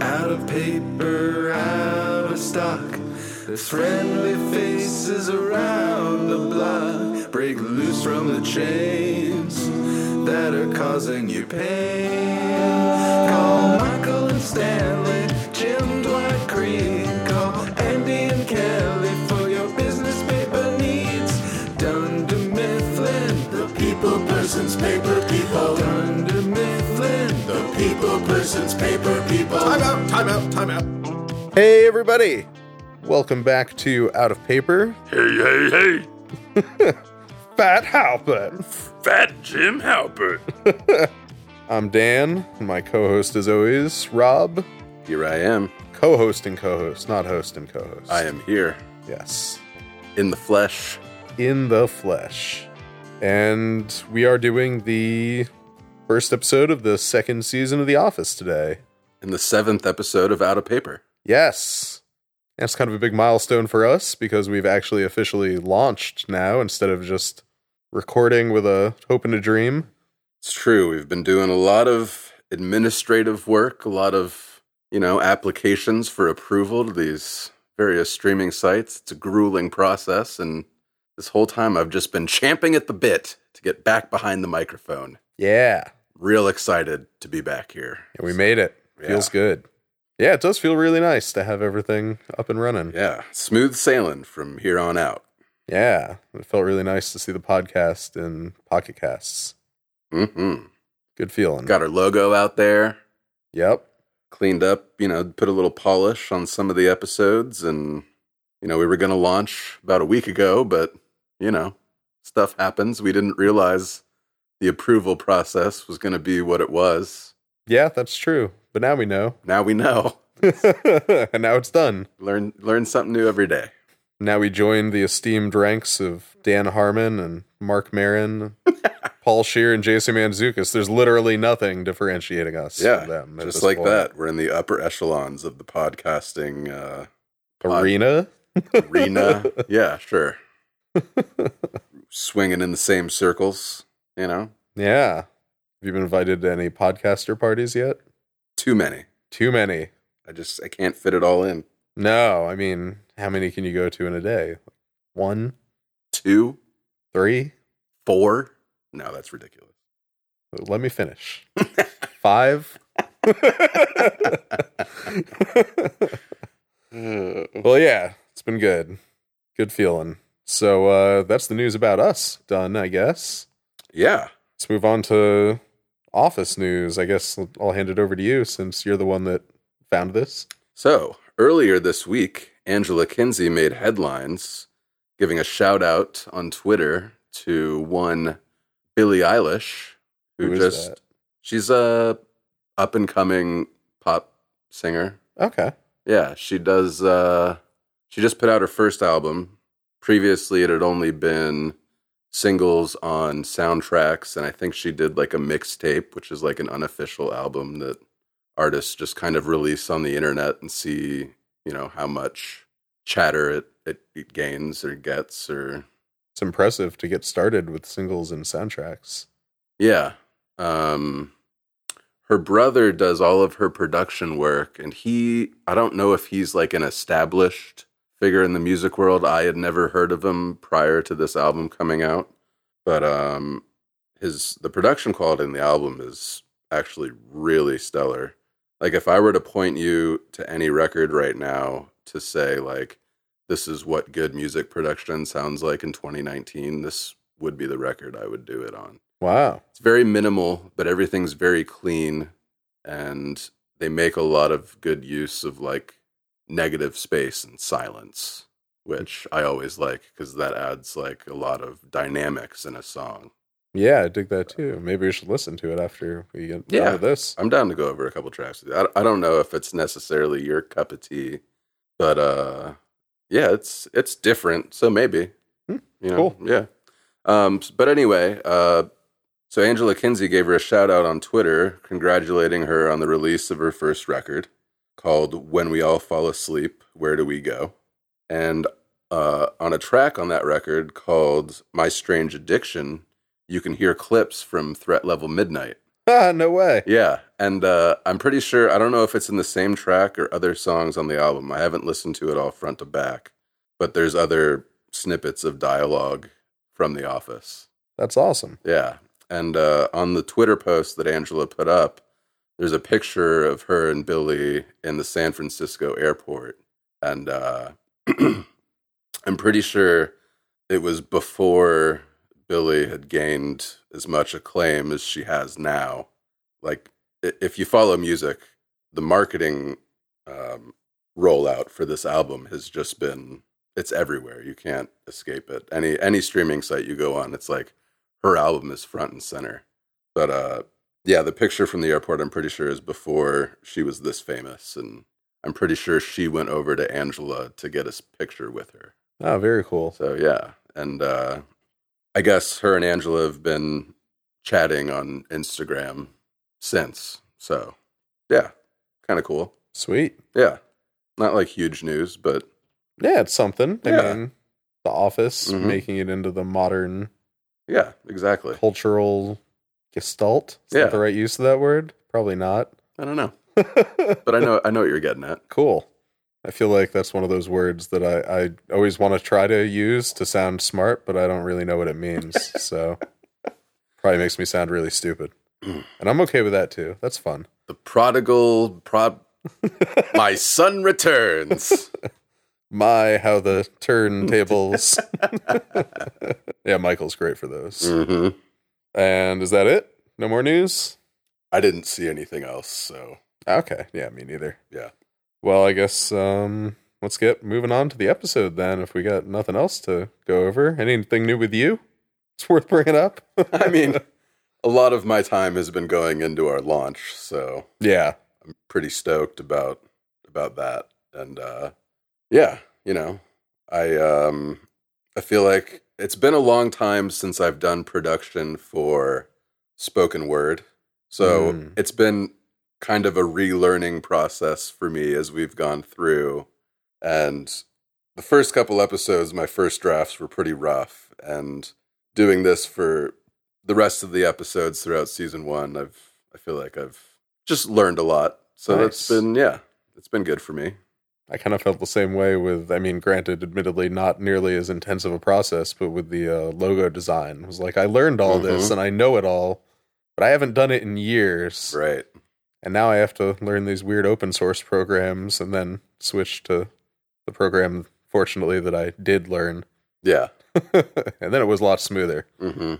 out of paper, out of stock. There's friendly faces around the block. Break loose from the chains that are causing you pain. Call Michael and Stanley, Jim Dwight Creek. Call Andy and Kelly for your business paper needs. Dunder Mifflin, the people person's paper people. Dunder Mifflin, the people person's paper people. Time out, time out, time out. Hey, everybody. Welcome back to Out of Paper. Hey, hey, hey, Fat Halpin. Fat Jim Halpert. I'm Dan. My co host, as always, Rob. Here I am. Co host and co host, not host and co host. I am here Yes. in the flesh. In the flesh. And we are doing the first episode of the second season of The Office today. in the seventh episode of Out of Paper. Yes. That's kind of a big milestone for us because we've actually officially launched now instead of just recording with a hope and a dream. It's true. We've been doing a lot of administrative work, a lot of, you know, applications for approval to these various streaming sites. It's a grueling process. And this whole time I've just been champing at the bit to get back behind the microphone. Yeah. Real excited to be back here. And we made it. Feels good. Yeah, it does feel really nice to have everything up and running. Yeah. Smooth sailing from here on out. Yeah. It felt really nice to see the podcast in Pocket Casts. Mm-hmm. Good feeling. Got our logo out there. Yep. cleaned up, you know, put a little polish on some of the episodes and you know, we were going to launch about a week ago, but you know, stuff happens. We didn't realize the approval process was going to be what it was. Yeah, that's true. But now we know. Now we know. and now it's done. Learn learn something new every day. Now we join the esteemed ranks of Dan Harmon and Mark Marin, Paul Shear and Jason Manzukis. There's literally nothing differentiating us Yeah, from them. at Just this like point. that, we're in the upper echelons of the podcasting uh, pod- Arena? arena. yeah, sure. Swinging in the same circles, you know, Yeah. Have you been invited to any podcaster parties yet? too many. Too many. I just I can't fit it all in. No, I mean, how many can you go to in a day? One, Two three? Four? No, that's ridiculous. Let me finish. Five? well, yeah, it's been good. Good feeling. So uh, that's the news about us done, I guess. yeah. Let's move on to office news. I guess I'll hand it over to you since you're the one that found this. So earlier this week, Angela Kinsey made headlines giving a shout out on Twitter to one Billie Eilish, who, Who is just that? she's a up and coming pop singer. Okay. Yeah, she does. Uh, she just put out her first album. Previously, it had only been singles on soundtracks, and I think she did like a mixtape, which is like an unofficial album that artists just kind of release on the internet and see, you know, how much chatter it, it, it gains or gets or It's impressive to get started with singles and soundtracks. Yeah. Um her brother does all of her production work and he I don't know if he's like an established figure in the music world. I had never heard of him prior to this album coming out. But um his the production quality in the album is actually really stellar. Like if I were to point you to any record right now to say like this is what good music production sounds like in 2019, this would be the record I would do it on Wow. it's very minimal, but everything's very clean, and they make a lot of good use of like negative space and silence, which I always like because that adds like a lot of dynamics in a song. Yeah, I dig that too. Maybe we should listen to it after we get yeah. Yeah. out of this. I'm down to go over a couple tracks. with you. I I don't know if it's necessarily your cup of tea, but uh, yeah, it's it's different. So maybe, Hmm, you know, cool. yeah. Um, s- but anyway, uh, so Angela Kinsey gave her a shout out on Twitter, congratulating her on the release of her first record called "When We All Fall Asleep, Where Do We Go," and uh, on a track on that record called "My Strange Addiction," you can hear clips from Threat Level Midnight. Ah, no way. Yeah, And uh, I'm pretty sure, I don't know if it's in the same track or other songs on the album. I haven't listened to it all front to back, but there's other snippets of dialogue from The Office. That's awesome. Yeah. And uh, on the Twitter post that Angela put up, there's a picture of her and Billy in the San Francisco airport. And uh, I'm pretty sure it was before Billy had gained as much acclaim as she has now. Like, i- if you follow music, the marketing um, rollout for this album has just been it's everywhere. You can't escape it. Any any streaming site you go on, it's like her album is front and center. But uh yeah, the picture from the airport I'm pretty sure is before she was this famous and I'm pretty sure she went over to Angela to get a s- picture with her. Oh, very cool. So yeah, and uh I guess her and Angela have been chatting on Instagram since. So yeah, kind of cool. Sweet. Yeah. Not like huge news, but Yeah, it's something. I Yeah. mean, The Office Mhm. making it into the modern yeah, exactly. cultural gestalt. Is Yeah. that the right use of that word? Probably not. I don't know, but I know I know what you're getting at. cool. I feel like that's one of those words that I, I always want to try to use to sound smart, but I don't really know what it means. so probably makes me sound really stupid. and I'm okay with that too. That's fun. The prodigal prod. My son returns. My, how the turntables. yeah, Michael's great for those. Mhm. And is that it? No more news? I didn't see anything else, so Okay. Yeah, me neither. Yeah. Well, I guess um let's get moving on to the episode then if we got nothing else to go over. Anything new with you? It's worth bringing up. I mean, a lot of my time has been going into our launch, so yeah. I'm pretty stoked about about that. And uh, yeah, you know, I um, I feel like it's been a long time since I've done production for spoken word, so Mm. it's been kind of a relearning process for me as we've gone through. And the first couple episodes, my first drafts were pretty rough, and doing this for the rest of the episodes throughout season one, I've I feel like I've just learned a lot. So that's Nice. been yeah, it's been good for me. I kind of felt the same way with I mean, granted, admittedly not nearly as intensive a process, but with the uh, logo design. It was like I learned all this Mhm. and I know it all, but I haven't done it in years. Right. and now I have to learn these weird open source programs and then switch to the program. Fortunately, that I did learn, Yeah. and then it was a lot smoother. hmm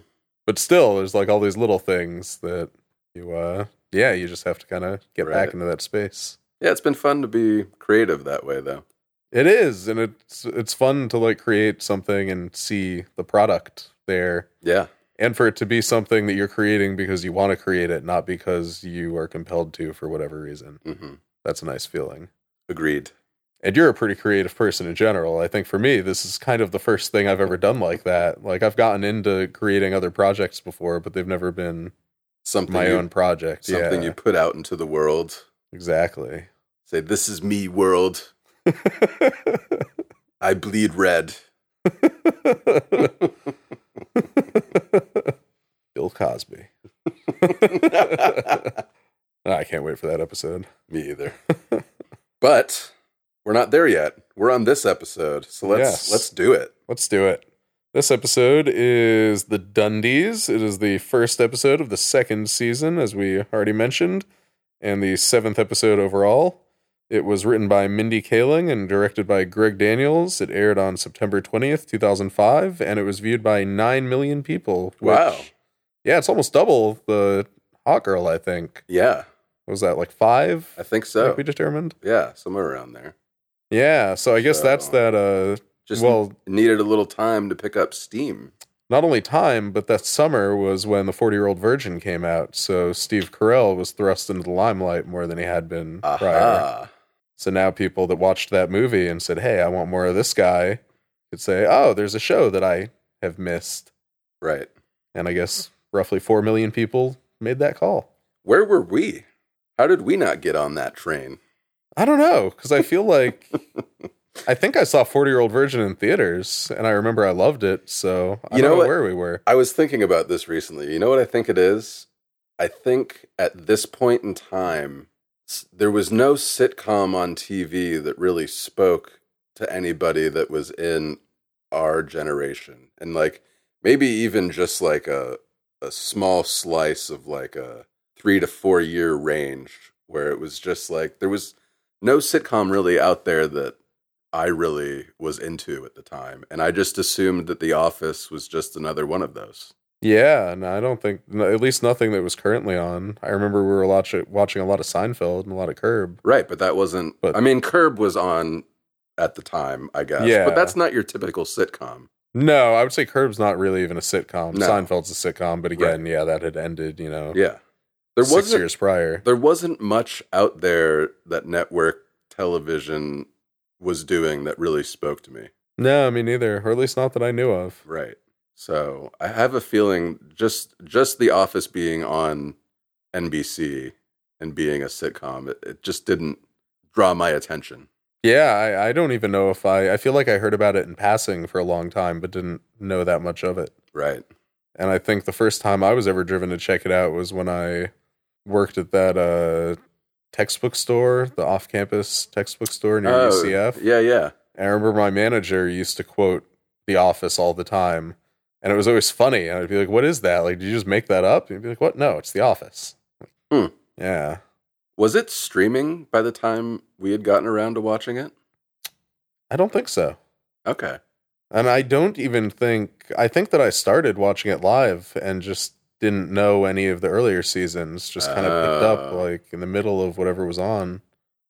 But still, there's like all these little things that you, uh, yeah, you just have to kind of get back Right. into that space. Yeah, it's been fun to be creative that way though. It is, and it's it's fun to like create something and see the product there, Yeah. and for it to be something that you're creating because you want to create it, not because you are compelled to for whatever reason. hmm That's a nice feeling. Agreed. and you're a pretty creative person in general. I think for me, this is kind of the first thing I've ever done like that. Like I've gotten into creating other projects before, but they've never been Something my you, own project. something yeah, you put out into the world. exactly. Say this is me world. I bleed red. Bill Cosby. I can't wait for that episode. Me either. but we're not there yet. We're on this episode. So let's Yes. let's do it. Let's do it. This episode is the Dundies. It is the first episode of the second season, as we already mentioned, and the seventh episode overall. It was written by Mindy Kaling and directed by Greg Daniels. It aired on September 20th, 2005, and it was viewed by 9 million people. Wow. Yeah, it's almost double the Hot Girl, I think. Yeah, What was that, like five? I think that so. we determined? Yeah, somewhere around there. Yeah, so I guess So- that's that uh, Just Well- needed a little time to pick up steam. not only time, but that summer was when the 40 year old virgin came out. So Steve Carell was thrust into the limelight more than he had been Uh-huh. prior. Aha. So now people that watched that movie and said, Hey, I want more of this guy could say, Oh, there's a show that I have missed. Right. And I guess roughly 4 million people made that call. Where were we? How did we not get on that train? I don't know. Cause I feel like I think I saw 40 year old virgin in theaters and I remember I loved it. So I You don't know know what? where we were. I was thinking about this recently. You know what I think it is? I think at this point in time, s- there was no sitcom on TV that really spoke to anybody that was in our generation, and like maybe even just like a a small slice of like a three to four year range where it was just like there was no sitcom really out there that I really was into at the time, and I just assumed that The Office was just another one of those. Yeah, no, I don't think no, at least nothing that was currently on. I remember we were watching watching a lot of Seinfeld and a lot of Curb. Right, but that wasn't. But- I mean, Curb was on at the time, I guess. Yeah. but that's not your typical sitcom. No, I would say Curb's not really even a sitcom. No. Seinfeld's a sitcom, but again, yeah, that had ended, you know, Yeah, there six wasn't. years prior. There wasn't much out there that network television was doing that really spoke to me. No, me neither, or at least not that I knew of. Right. So I have a feeling just just The Office being on NBC and being a sitcom, it, it just didn't draw my attention. Yeah, I, I don't even know if I. I feel like I heard about it in passing for a long time, but didn't know that much of it. Right. And I think the first time I was ever driven to check it out was when I worked at that uh, textbook store, the off campus textbook store near Oh, UCF. Yeah, yeah. And I remember my manager used to quote The Office all the time. And it was always funny. And I'd be like, what is that? Like, did you just make that up? And he'd be like, what? No, it's The Office. Hmm. Yeah. Was it streaming by the time we had gotten around to watching it? I don't think so. Okay. And I don't even think, I think that I started watching it live and just didn't know any of the earlier seasons, just kind of picked up Oh. like in the middle of whatever was on.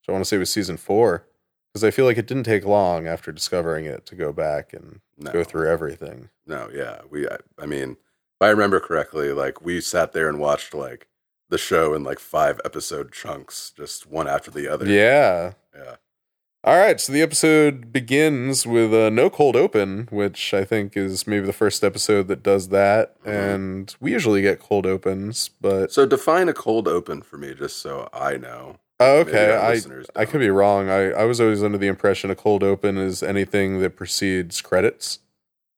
So I want to say it was season four. Because I feel like it didn't take long after discovering it to go back and No. go through everything. No, yeah. We I, I mean, if I remember correctly, like we sat there and watched like the show in like five episode chunks, just one after the other. Yeah. Yeah. All right, so the episode begins with a no cold open, which I think is maybe the first episode that does that. Mhm. And we usually get cold opens, but So define a cold open for me just so I know. oh, Maybe okay, our I listeners I don't. could be wrong. I I was always under the impression a cold open is anything that precedes credits,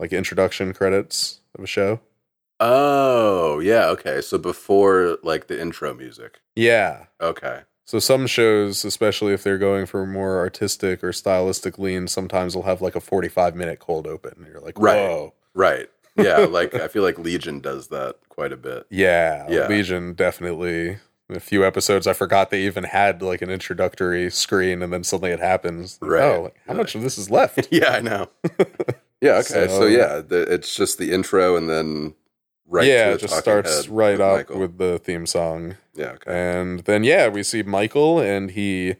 like introduction credits of a show. Oh, yeah, okay. So before like the intro music. Yeah. Okay. So some shows, especially if they're going for more artistic or stylistic lean, sometimes will have like a forty-five minute cold open. And you're like, Right. whoa. Right. Yeah, like I feel like Legion does that quite a bit. Yeah, Yeah. Legion definitely. A few episodes, I forgot they even had like an introductory screen, and then suddenly it happens. Like, Right. Oh, like, how much of this is left? yeah, I know. yeah, okay. So, So- yeah, the, it's just the intro and then right yeah, to it the just talking starts head right with up Michael. with the theme song, Yeah, okay. and then yeah, we see Michael, and he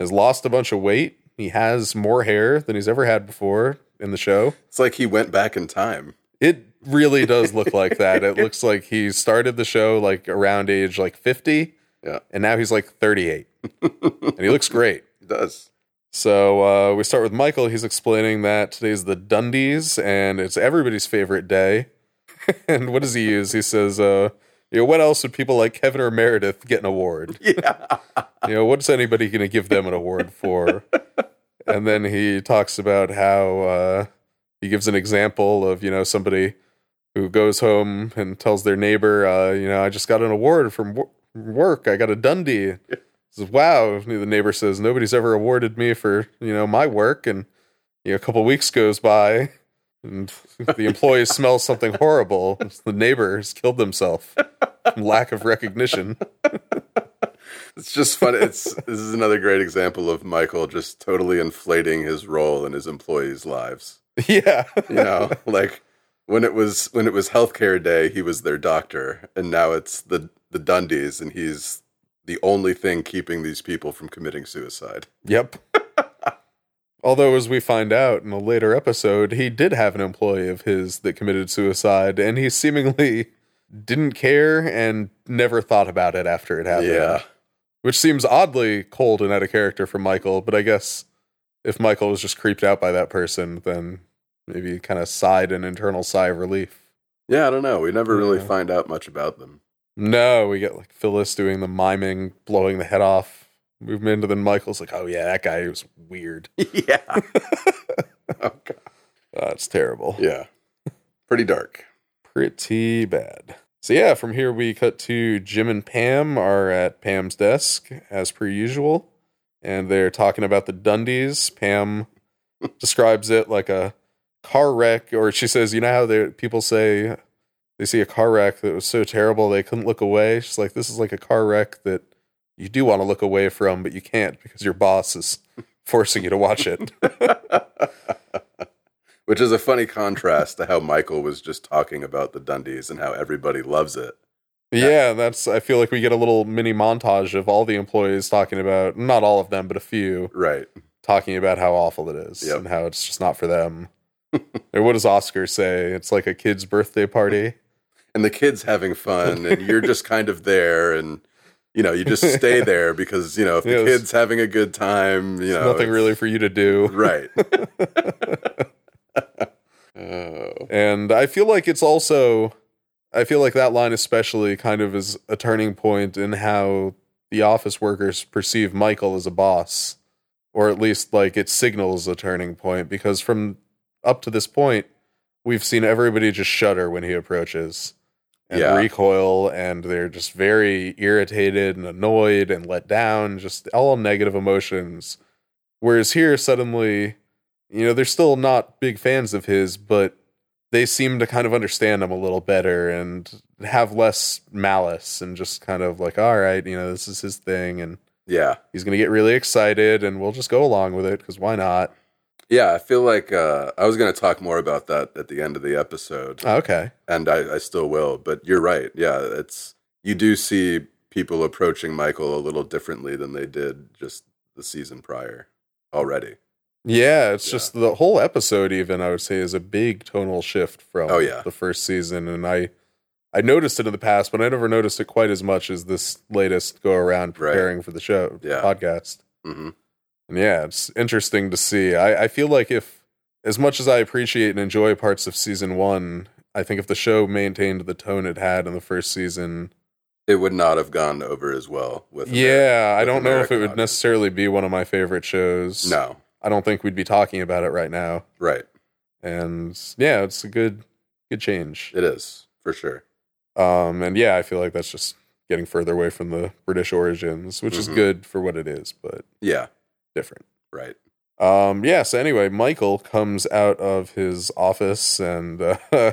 has lost a bunch of weight. He has more hair than he's ever had before in the show. It's like he went back in time. It really does look like that. It looks like he started the show like around age like fifty, Yeah. and now he's like thirty-eight, and he looks great. He does. So uh, we start with Michael. He's explaining that today's the Dundies and it's everybody's favorite day. and what does he use? He says, uh, you know, what else would people like Kevin or Meredith get an award? Yeah. You know, what's anybody going to give them an award for? and then he talks about how uh, he gives an example of, you know, somebody who goes home and tells their neighbor, uh, you know, I just got an award from wo- work. I got a Dundee. Says, wow. And the neighbor says, nobody's ever awarded me for, you know, my work. And, you know, a couple weeks goes by and the employee smells something horrible. It's the neighbor has killed himself from lack of recognition. It's just fun. It's this is another great example of Michael just totally inflating his role in his employees' lives. Yeah. You know, like when it was when it was healthcare day, he was their doctor, and now it's the the Dundies, and he's the only thing keeping these people from committing suicide. Yep. Although, as we find out in a later episode, he did have an employee of his that committed suicide, and he seemingly didn't care and never thought about it after it happened. yeah, Which seems oddly cold and out of character for Michael, but I guess if Michael was just creeped out by that person, then maybe he kind of sighed an internal sigh of relief. yeah. I don't know. We never really Yeah. find out much about them. No, we get like Phyllis doing the miming, blowing the head off movement, and then Michael's like, oh yeah, that guy was weird. yeah. oh God. That's terrible. Yeah. Pretty dark. pretty bad. So yeah, from here we cut to Jim and Pam are at Pam's desk as per usual, and they're talking about the Dundies. Pam describes it like a car wreck, or she says, you know how they, people say they see a car wreck that was so terrible they couldn't look away. She's like, this is like a car wreck that you do want to look away from, but you can't because your boss is forcing you to watch it. Which is a funny contrast to how Michael was just talking about the Dundies and how everybody loves it. Yeah, that's. I feel like we get a little mini montage of all the employees talking about, not all of them, but a few Right. talking about how awful it is Yep. and how it's just not for them. or what does Oscar say? It's like a kid's birthday party. And the kids having fun and you're just kind of there and you know, you just stay there because, you know, if the Yes. kids having a good time, you There's know, nothing it's- really for you to do. right. oh. And I feel like it's also, I feel like that line especially kind of is a turning point in how the office workers perceive Michael as a boss, or at least like it signals a turning point because from up to this point, we've seen everybody just shudder when he approaches and Yeah. recoil, and they're just very irritated and annoyed and let down, just all negative emotions. Whereas here, suddenly, you know, they're still not big fans of his, but they seem to kind of understand him a little better and have less malice and just kind of like, all right, you know, this is his thing and Yeah. he's going to get really excited and we'll just go along with it because why not? Yeah, I feel like uh, I was going to talk more about that at the end of the episode, Oh, okay. and I, I still will. But you're right. Yeah, it's you do see people approaching Michael a little differently than they did just the season prior already. Yeah, it's Yeah. just the whole episode even I would say is a big tonal shift from Oh, yeah. the first season and I I noticed it in the past, but I never noticed it quite as much as this latest go around Right. preparing for the show Yeah. podcast. hmm And yeah, it's interesting to see. I, I feel like if, as much as I appreciate and enjoy parts of season one, I think if the show maintained the tone it had in the first season, It would not have gone over as well with Ameri- yeah, I with don't know if it American would audience. necessarily be one of my favorite shows. No, I don't think we'd be talking about it right now. right? And yeah, it's a good, good change. It is for sure. Um, and yeah, I feel like that's just getting further away from the British origins, which is Mhm. good for what it is, but Yeah, different. right. Um, yeah, so anyway, Michael comes out of his office and uh,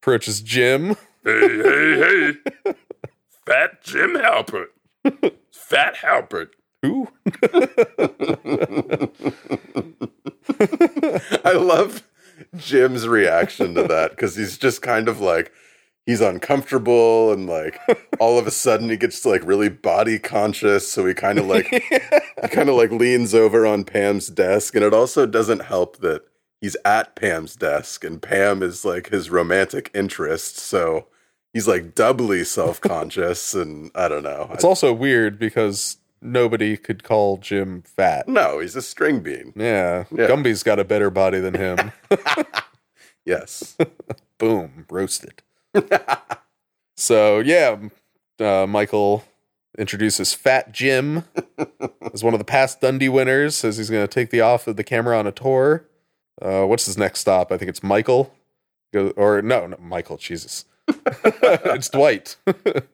approaches Jim. Hey, hey, hey! Fat Jim Halpert, Fat Halpert. Who? I love Jim's reaction to that because he's just kind of like he's uncomfortable and like all of a sudden he gets like really body conscious, so he kind of like he kind of like leans over on Pam's desk, and it also doesn't help that he's at Pam's desk and Pam is like his romantic interest, so he's like doubly self conscious, and I don't know. it's also weird because nobody could call Jim fat. no, he's a string bean. Yeah. Mm. Yeah. Gumby's got a better body than him. Yes. Boom, roasted. so, yeah, uh, Michael introduces Fat Jim as one of the past Dundee winners, says he's going to take the off of the camera on a tour. Uh, what's his next stop? I think it's Michael. Go, or no, not Michael, Jesus. it's Dwight.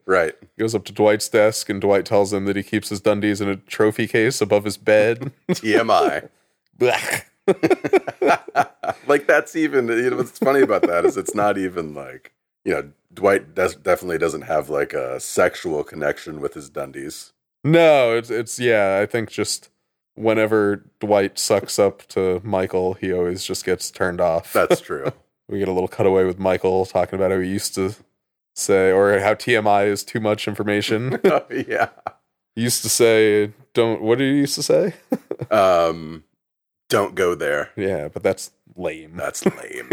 Right. Goes up to Dwight's desk, and Dwight tells him that he keeps his Dundies in a trophy case above his bed. TMI. Blech. like that's even you know what's funny about that is it's not even like you know Dwight des- definitely doesn't have like a sexual connection with his Dundies. No, it's it's yeah. I think just whenever Dwight sucks up to Michael, he always just gets turned off. That's true. we get a little cutaway with Michael talking about how he used to say, or how TMI is too much information. yeah. he used to say, "Don't." What did he used to say? Um don't go there. Yeah, but that's lame. That's lame.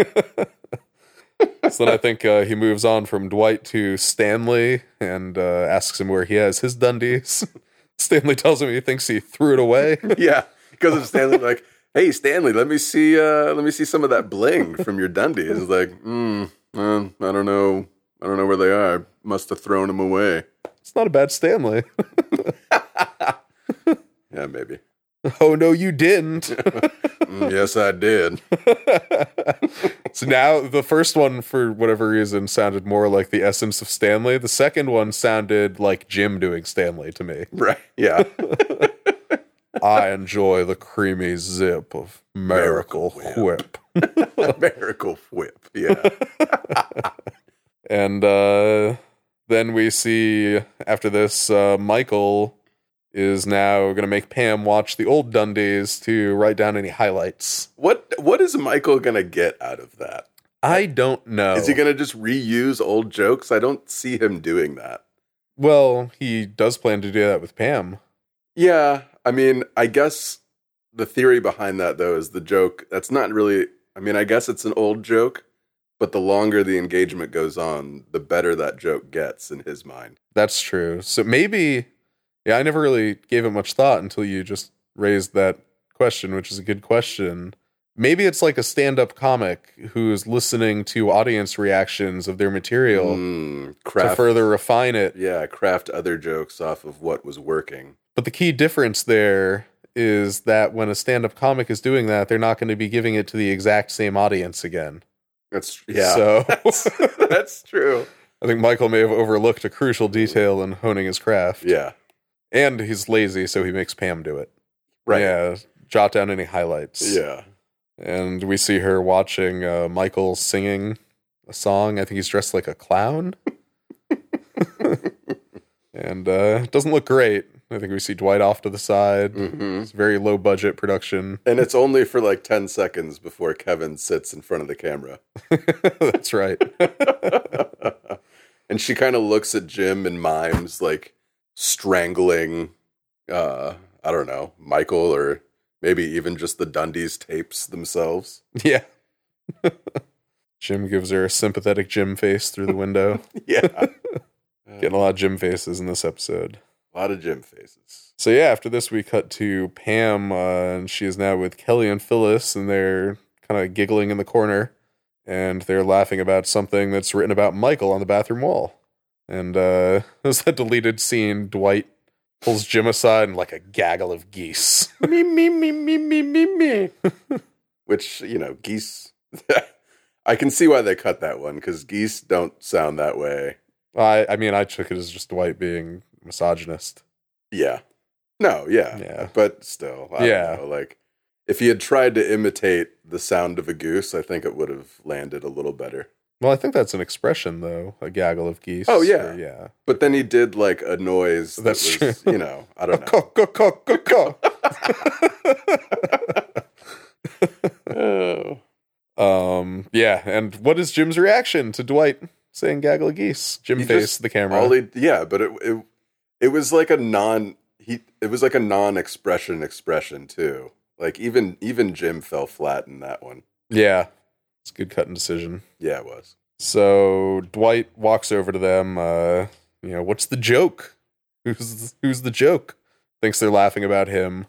so then I think uh, he moves on from Dwight to Stanley and uh, asks him where he has his Dundies. Stanley tells him he thinks he threw it away. yeah. Because of Stanley like, "Hey Stanley, let me see uh let me see some of that bling from your Dundies." It's like, "Mm, um, I don't know. I don't know where they are. Must have thrown them away." it's not a bad Stanley. Yeah, maybe. Oh no, you didn't. Mm, yes, I did. So now the first one, for whatever reason, sounded more like the essence of Stanley. The second one sounded like Jim doing Stanley to me. Right. Yeah. I enjoy the creamy zip of Miracle, Miracle Whip. Miracle Whip. Yeah. And uh, then we see after this, uh, Michael is now going to make Pam watch the old Dundies to write down any highlights. What What is Michael gonna get out of that? I don't know. Is he gonna just reuse old jokes? I don't see him doing that. Well, he does plan to do that with Pam. Yeah, I mean, I guess the theory behind that though is the joke. That's not really. I mean, I guess it's an old joke, but the longer the engagement goes on, the better that joke gets in his mind. That's true. So maybe, yeah, I never really gave it much thought until you just raised that question, which is a good question. Maybe it's like a stand up comic who's listening to audience reactions of their material Mm, to craft, further refine it. yeah, craft other jokes off of what was working. But the key difference there is that when a stand up comic is doing that, they're not going to be giving it to the exact same audience again. That's yeah. So That's, that's true. I think Michael may have overlooked a crucial detail in honing his craft. Yeah. And he's lazy, so he makes Pam do it. Right. Yeah. Jot down any highlights. Yeah. and we see her watching uh, Michael singing a song. I think he's dressed like a clown, and uh, it doesn't look great. I think we see Dwight off to the side. hmm It's very low budget production. And it's only for like 10 seconds before Kevin sits in front of the camera. That's right. and she kind of looks at Jim and mimes like strangling, uh, I don't know, Michael or maybe even just the Dundee's tapes themselves. yeah. Jim gives her a sympathetic Jim face through the window. Yeah. Getting a lot of Jim faces in this episode. a lot of Jim faces. So yeah, after this we cut to Pam, uh, and she is now with Kelly and Phyllis, and they're kind of giggling in the corner, and they're laughing about something that's written about Michael on the bathroom wall. And uh, there's that deleted scene. Dwight pulls Jim aside and like a gaggle of geese. me, me, me, me, me, me, me. Which, you know, geese. I can see why they cut that one because geese don't sound that way. I I mean I took it as just Dwight being misogynist. Yeah. No, yeah. Yeah. But still, I yeah. Yeah. Don't know, like if he had tried to imitate the sound of a goose, I think it would have landed a little better. Well, I think that's an expression though, a gaggle of geese. Oh, yeah. Or- yeah. But then he did like a noise That's that was, true. you know, I A don't know. cock, cock, cock, cock, cock. oh. Um, yeah, and what is Jim's reaction to Dwight saying gaggle of geese? Jim He faced just- the camera. All he, yeah, but it, it it was like a non he it was like a non-expression expression too. Like even even Jim fell flat in that one. yeah. It's a good cut and decision. Yeah, it was. So Dwight walks over to them, uh, you know, what's the joke? Who's who's the joke? Thinks they're laughing about him.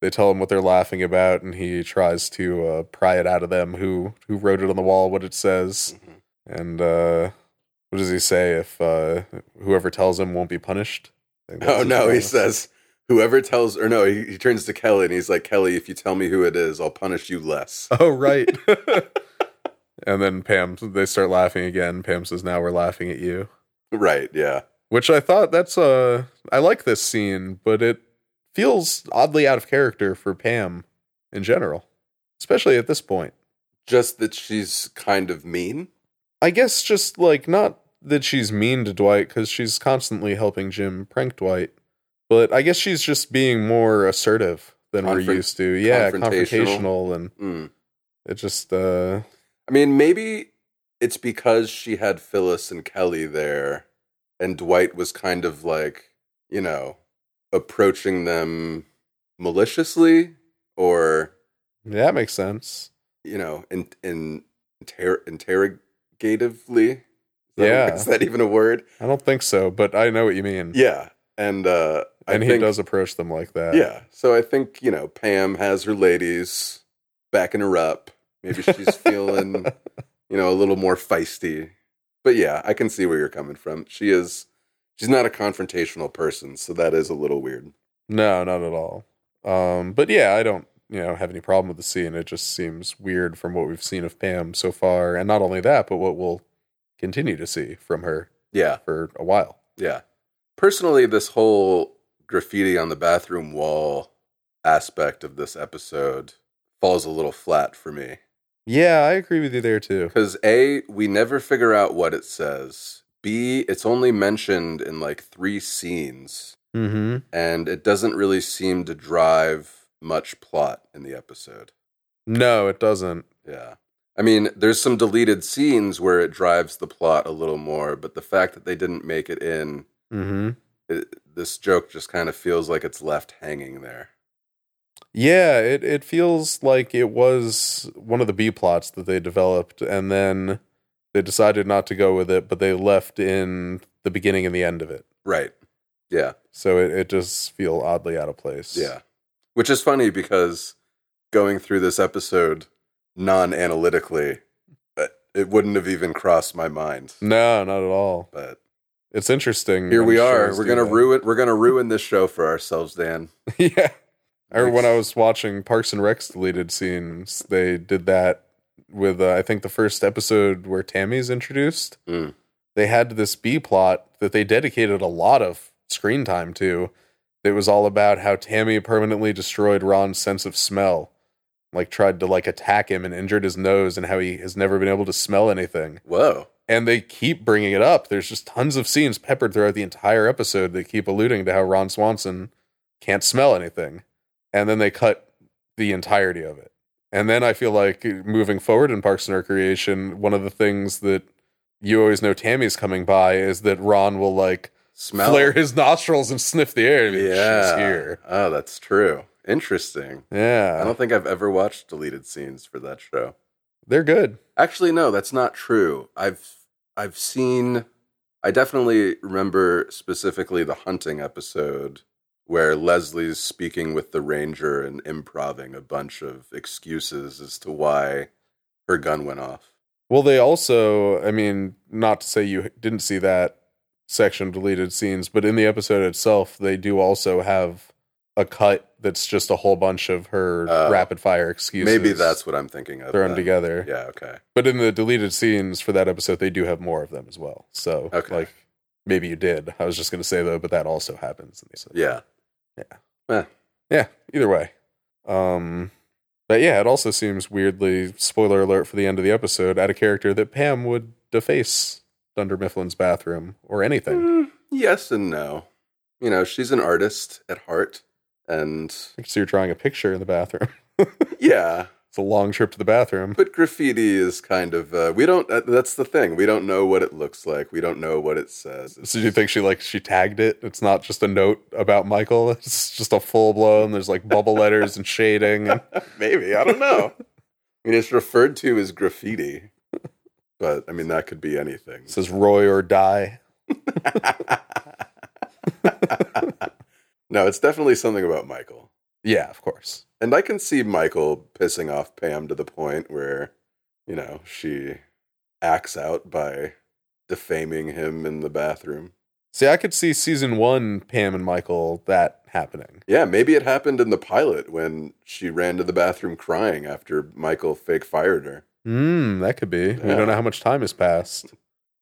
They tell him what they're laughing about, and he tries to uh, pry it out of them who who wrote it on the wall, what it says, Mhm. and uh, what does he say if uh, whoever tells him won't be punished? I think that's Oh his no, he promise. says, "Whoever tells," or no, he, he turns to Kelly and he's like, "Kelly, if you tell me who it is, I'll punish you less." Oh right. and then Pam, they start laughing again. Pam says, "Now we're laughing at you," right? Yeah, which I thought that's uh, I like this scene, but it feels oddly out of character for Pam in general, especially at this point. just that she's kind of mean. I guess just like not that she's mean to Dwight because she's constantly helping Jim prank Dwight, but I guess she's just being more assertive than we're Confront- used to. Yeah, confrontational. confrontational, and Mm. it just uh, I mean, maybe it's because she had Phyllis and Kelly there, and Dwight was kind of like, you know, approaching them maliciously, or yeah, that makes sense. you know, in in inter- interrogatively. Is that- Yeah. is that even a word? I don't think so, but I know what you mean. Yeah, and uh, and I he think, does approach them like that. Yeah, so I think you know Pam has her ladies backing her up. Maybe she's feeling you know a little more feisty. But yeah, I can see where you're coming from. She is she's not a confrontational person, so that is a little weird. No, not at all. Um, but yeah, I don't you know have any problem with the scene. It just seems weird from what we've seen of Pam so far, and not only that, but what we'll continue to see from her Yeah, for a while. yeah. Personally, this whole graffiti on the bathroom wall aspect of this episode falls a little flat for me. Yeah, I agree with you there too. Because A, we never figure out what it says. B, it's only mentioned in like three scenes, Mm-hmm. and it doesn't really seem to drive much plot in the episode. No, it doesn't. Yeah. I mean, there's some deleted scenes where it drives the plot a little more, but the fact that they didn't make it in, Mm-hmm. it, this joke just kind of feels like it's left hanging there. Yeah, it, it feels like it was one of the B plots that they developed, and then they decided not to go with it, but they left in the beginning and the end of it. Right. Yeah. So it, it just feel oddly out of place. Yeah. Which is funny because going through this episode non analytically, it wouldn't have even crossed my mind. No, not at all. But It's interesting. here when we are. shows We're do gonna that. ruin we're gonna ruin this show for ourselves, Dan. yeah. Or when Thanks. I was watching Parks and Rec's deleted scenes, they did that with uh, I think the first episode where Tammy's introduced. Mm. They had this B plot that they dedicated a lot of screen time to. It was all about how Tammy permanently destroyed Ron's sense of smell, like tried to like attack him and injured his nose, and how he has never been able to smell anything. Whoa. And they keep bringing it up. There's just tons of scenes peppered throughout the entire episode that keep alluding to how Ron Swanson can't smell anything. And then they cut the entirety of it. And then I feel like uh, moving forward in Parks and Recreation, one of the things that you always know Tammy's coming by is that Ron will like Smell flare his nostrils and sniff the air. and be like, yeah. She's here. Uh. Oh, that's true. Interesting. I Yeah. don't think I've ever watched deleted scenes for that show. They're good. Actually, no, that's not true. I've I've seen I definitely remember specifically the hunting episode where Leslie's speaking with the ranger and improving a bunch of excuses as to why her gun went off. Well, they also, I mean, not to say you didn't see that section of deleted scenes, but in the episode itself, they do also have a cut that's just a whole bunch of her Oh. rapid fire excuses. Maybe that's what I'm thinking of. thrown then. together. Yeah, okay. But in the deleted scenes for that episode, they do have more of them as well. So, Okay. like, maybe you did. I was just going to say though, but that also happens. In the episode. Yeah. Yeah, either way. Um but yeah, it also seems weirdly spoiler alert for the end of the episode at a character that Pam would deface Dunder Mifflin's bathroom or anything. Mm, yes and no. You know, she's an artist at heart and So you're drawing a picture in the bathroom. yeah, It's a long trip to the bathroom. But graffiti is kind of uh, we don't. Uh, that's the thing. We don't know what it looks like. We don't know what it says. So do you think she like she tagged it? It's not just a note about Michael. It's just a full blown. There's like bubble letters and shading. And, Maybe I don't know. I mean, it's referred to as graffiti, but I mean that could be anything. it says Roy or die. no, it's definitely something about Michael. Yeah, of course. And I can see Michael pissing off Pam to the point where, you know, she acts out by defaming him in the bathroom. See, I could see season one Pam and Michael that happening. Yeah, maybe it happened in the pilot when she ran to the bathroom crying after Michael fake fired her. Mm, that could be. We Yeah. don't know how much time has passed.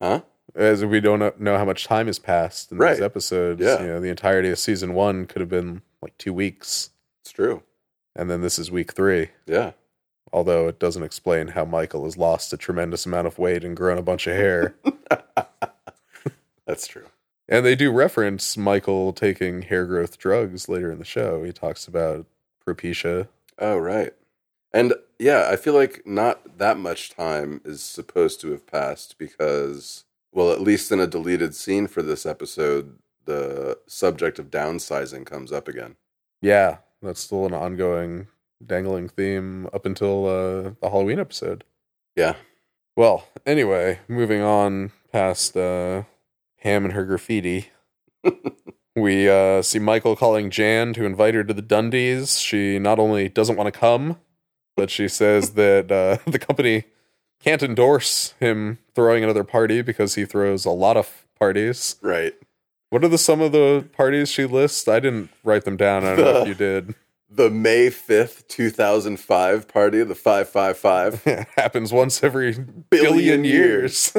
Huh? As we don't know- know how much time has passed in Right. these episodes. Yeah. You know, the entirety of season one could have been like two weeks. It's true. And then this is week three. Yeah. Although it doesn't explain how Michael has lost a tremendous amount of weight and grown a bunch of hair. That's true. and they do reference Michael taking hair growth drugs later in the show. He talks about Propecia. Oh, right. And yeah, I feel like not that much time is supposed to have passed because, well, at least in a deleted scene for this episode, the subject of downsizing comes up again. Yeah, that's still an ongoing dangling theme up until uh, the Halloween episode. Yeah. Well, anyway, moving on past uh, Pam and her graffiti, we uh, see Michael calling Jan to invite her to the Dundies. She not only doesn't want to come, but she says that uh, the company can't endorse him throwing another party because he throws a lot of parties. Right. What are the some of the parties she lists? I didn't write them down. I don't know if you did. the May 5th, 2005 party, the 555. it happens once every billion, years.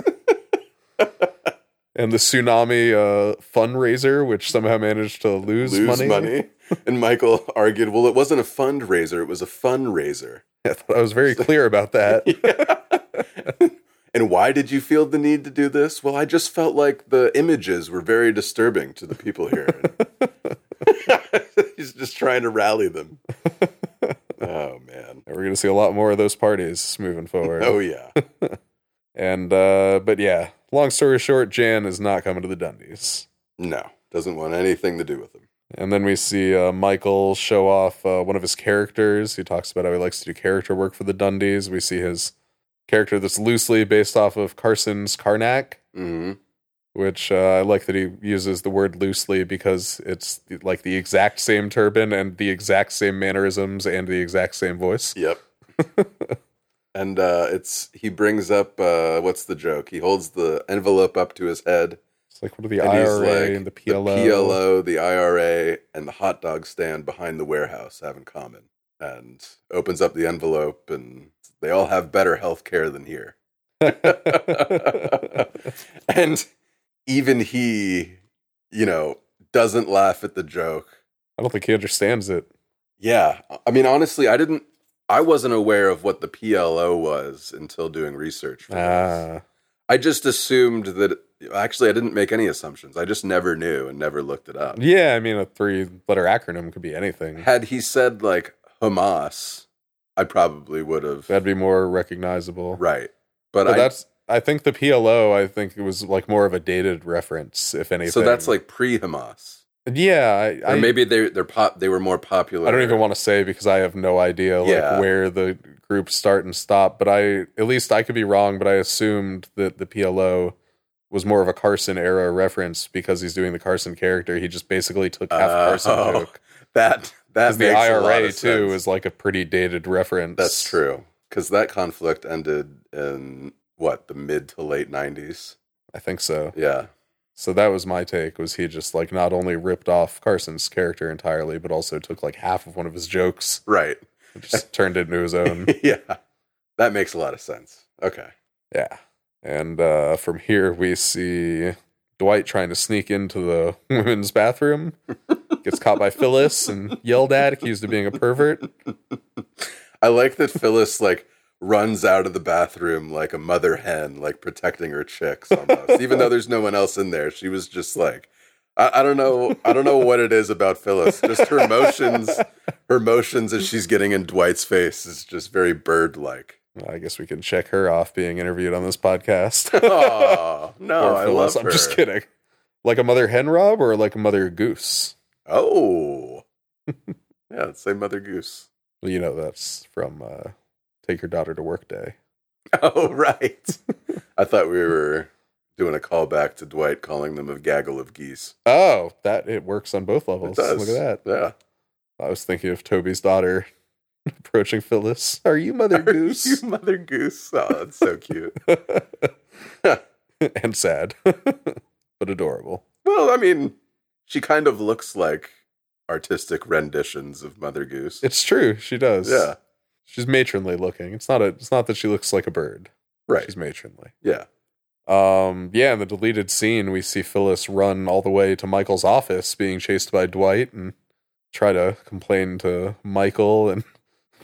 and the tsunami uh, fundraiser, which somehow managed to lose, Lose money. and Michael argued, well, it wasn't a fundraiser, it was a fundraiser. I thought I was very clear about that. And why did you feel the need to do this? Well, I just felt like the images were very disturbing to the people here. He's just trying to rally them. Oh, man. We're going to see a lot more of those parties moving forward. Oh, yeah. And, uh, but yeah, long story short, Jan is not coming to the Dundies. No, doesn't want anything to do with them. And then we see uh, Michael show off uh, one of his characters. He talks about how he likes to do character work for the Dundies. We see his character that's loosely based off of Carson's Karnak, Mm-hmm. which uh, I like that he uses the word loosely because it's like the exact same turban and the exact same mannerisms and the exact same voice. Mm-hmm. Yep. and uh, it's he brings up uh, what's the joke? He holds the envelope up to his head. It's like what are the and he's IRA like, and the PLO? the PLO, the IRA, and the hot dog stand behind the warehouse have in common. And opens up the envelope, and they all have better health care than here. and even he, you know, doesn't laugh at the joke. I don't think he understands it. Yeah. I mean, honestly, I didn't, I wasn't aware of what the PLO was until doing research. For this. Ah, I just assumed that, actually, I didn't make any assumptions. I just never knew and never looked it up. yeah. I mean, a three-letter acronym could be anything. Had he said like Hamas, I probably would have. That'd be more recognizable. right. But, But I, that's I think the PLO I think it was like more of a dated reference if anything. so that's like pre Hamas. yeah, I, Or I, maybe they they're pop they were more popular. I don't even want to say because I have no idea like Yeah. where the groups start and stop, but I at least I could be wrong, but I assumed that the PLO was more of a Carson era reference because he's doing the Carson character. He just basically took half a Carson Oh, joke. that. That Because the makes a lot IRA of too sense. is like a pretty dated reference. That's true. Because that conflict ended in what the mid to late nineties. I think so. Yeah, So that was my take was he just like not only ripped off Carson's character entirely, but also took like half of one of his jokes right. just turned it into his own. yeah, that makes a lot of sense. Okay. Yeah. And uh, from here, we see Dwight trying to sneak into the women's bathroom, gets caught by Phyllis and yelled at, accused of being a pervert. I like that Phyllis like runs out of the bathroom like a mother hen, like protecting her chicks almost. Even though there's no one else in there, she was just like, I, I don't know, I don't know what it is about Phyllis. Just her motions, her motions as she's getting in Dwight's face is just very bird-like. I guess we can check her off being interviewed on this podcast. Oh no, Poor I love her. I'm just kidding. Like a mother hen rob or like a mother goose? Oh, yeah, same Mother Goose. Well, you know, that's from uh, Take Your Daughter to Work Day. Oh right. I thought we were doing a callback to Dwight calling them a gaggle of geese. Oh, that it works on both levels. It does. Look at that. Yeah. I was thinking of Toby's daughter approaching Phyllis. Are you Mother Are Goose? you mother goose. Oh, that's so cute. and sad, but adorable. Well, I mean, she kind of looks like artistic renditions of Mother Goose. It's true. She does. yeah, she's matronly looking. It's not a. It's not that she looks like a bird. right. She's matronly. yeah, Um. Yeah. In the deleted scene, we see Phyllis run all the way to Michael's office, being chased by Dwight, and try to complain to Michael and.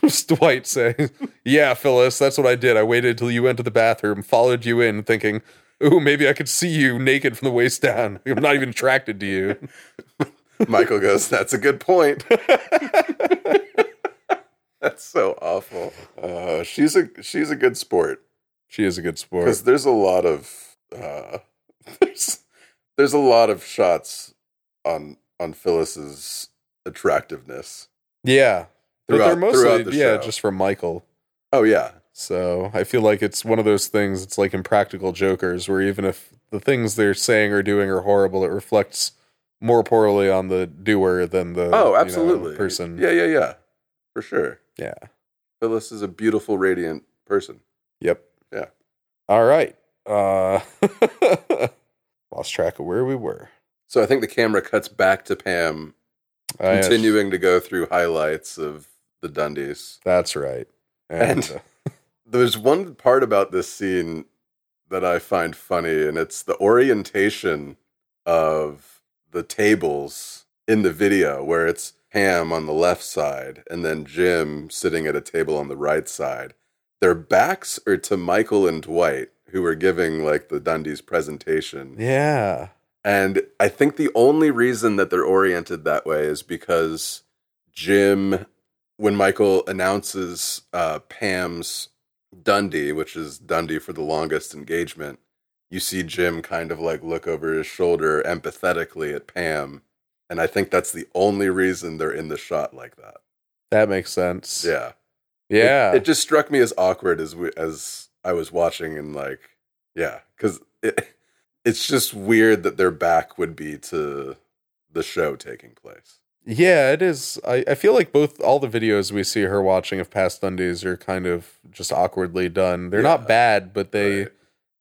just Dwight saying, "Yeah, Phyllis, that's what I did. I waited till you went to the bathroom, followed you in, thinking, ooh, maybe I could see you naked from the waist down. I'm not even attracted to you.'" Michael goes. That's a good point. that's so awful. Uh, she's a she's a good sport She is a good sport. because there's a lot of uh, there's there's a lot of shots on on Phyllis's attractiveness. Yeah. But they're Throughout- throughout mostly the yeah, show. just from Michael. Oh yeah, So I feel like it's one of those things it's like impractical jokers where even if the things they're saying or doing are horrible, it reflects more poorly on the doer than the you Oh, know, absolutely. person. Yeah, yeah, yeah. For sure. Yeah. Phyllis is a beautiful, radiant person. Yep. Yeah. All right. Uh lost track of where we were. So I think the camera cuts back to Pam I am- continuing to go through highlights of the Dundies. That's right. And, uh, And- There's one part about this scene that I find funny, and it's the orientation of the tables in the video, where it's Ham on the left side and then Jim sitting at a table on the right side. Their backs are to Michael and Dwight, who are giving like the Dundee's presentation. yeah. And I think the only reason that they're oriented that way is because Jim, when Michael announces uh, Pam's Dundee, which is Dundee for the longest engagement, you see Jim kind of like look over his shoulder empathetically at Pam. And I think that's the only reason they're in the shot like that. That makes sense. Yeah. It- Yeah. It, just struck me as awkward as we, as I was watching and like, yeah, because it, it's just weird that their back would be to the show taking place. yeah, it is. I, I feel like both all the videos we see her watching of past Dundies are kind of just awkwardly done. They're Yeah. not bad, but they right?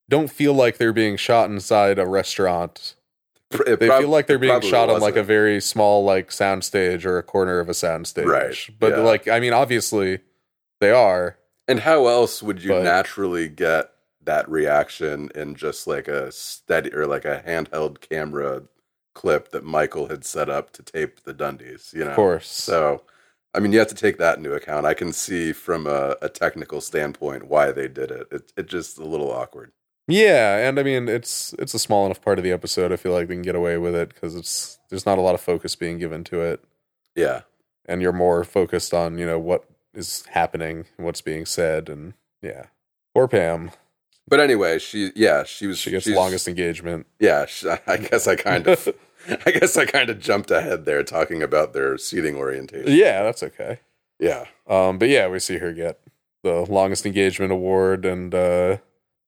don't feel like they're being shot inside a restaurant. Pr- it They prob- feel like they're it being probably shot on like a wasn't. very small like soundstage or a corner of a soundstage. Right, But yeah. like I mean, obviously they are. And how else would you but- naturally get that reaction in just like a steady or like a handheld camera clip that Michael had set up to tape the Dundies? You know, Of course. So, I mean, you have to take that into account. I can see from a, a technical standpoint why they did it. It it just a little awkward. Yeah, and I mean it's it's a small enough part of the episode. I feel like they can get away with it because it's there's not a lot of focus being given to it, Yeah, and you're more focused on you know what is happening, and what's being said, and yeah. Poor Pam. but anyway, she yeah she was She gets she's- longest engagement. Yeah, sh I guess I kind of I guess I kind of jumped ahead there talking about their seating orientation. Yeah, that's okay. Yeah, Um, but yeah, we see her get the longest engagement award, and uh,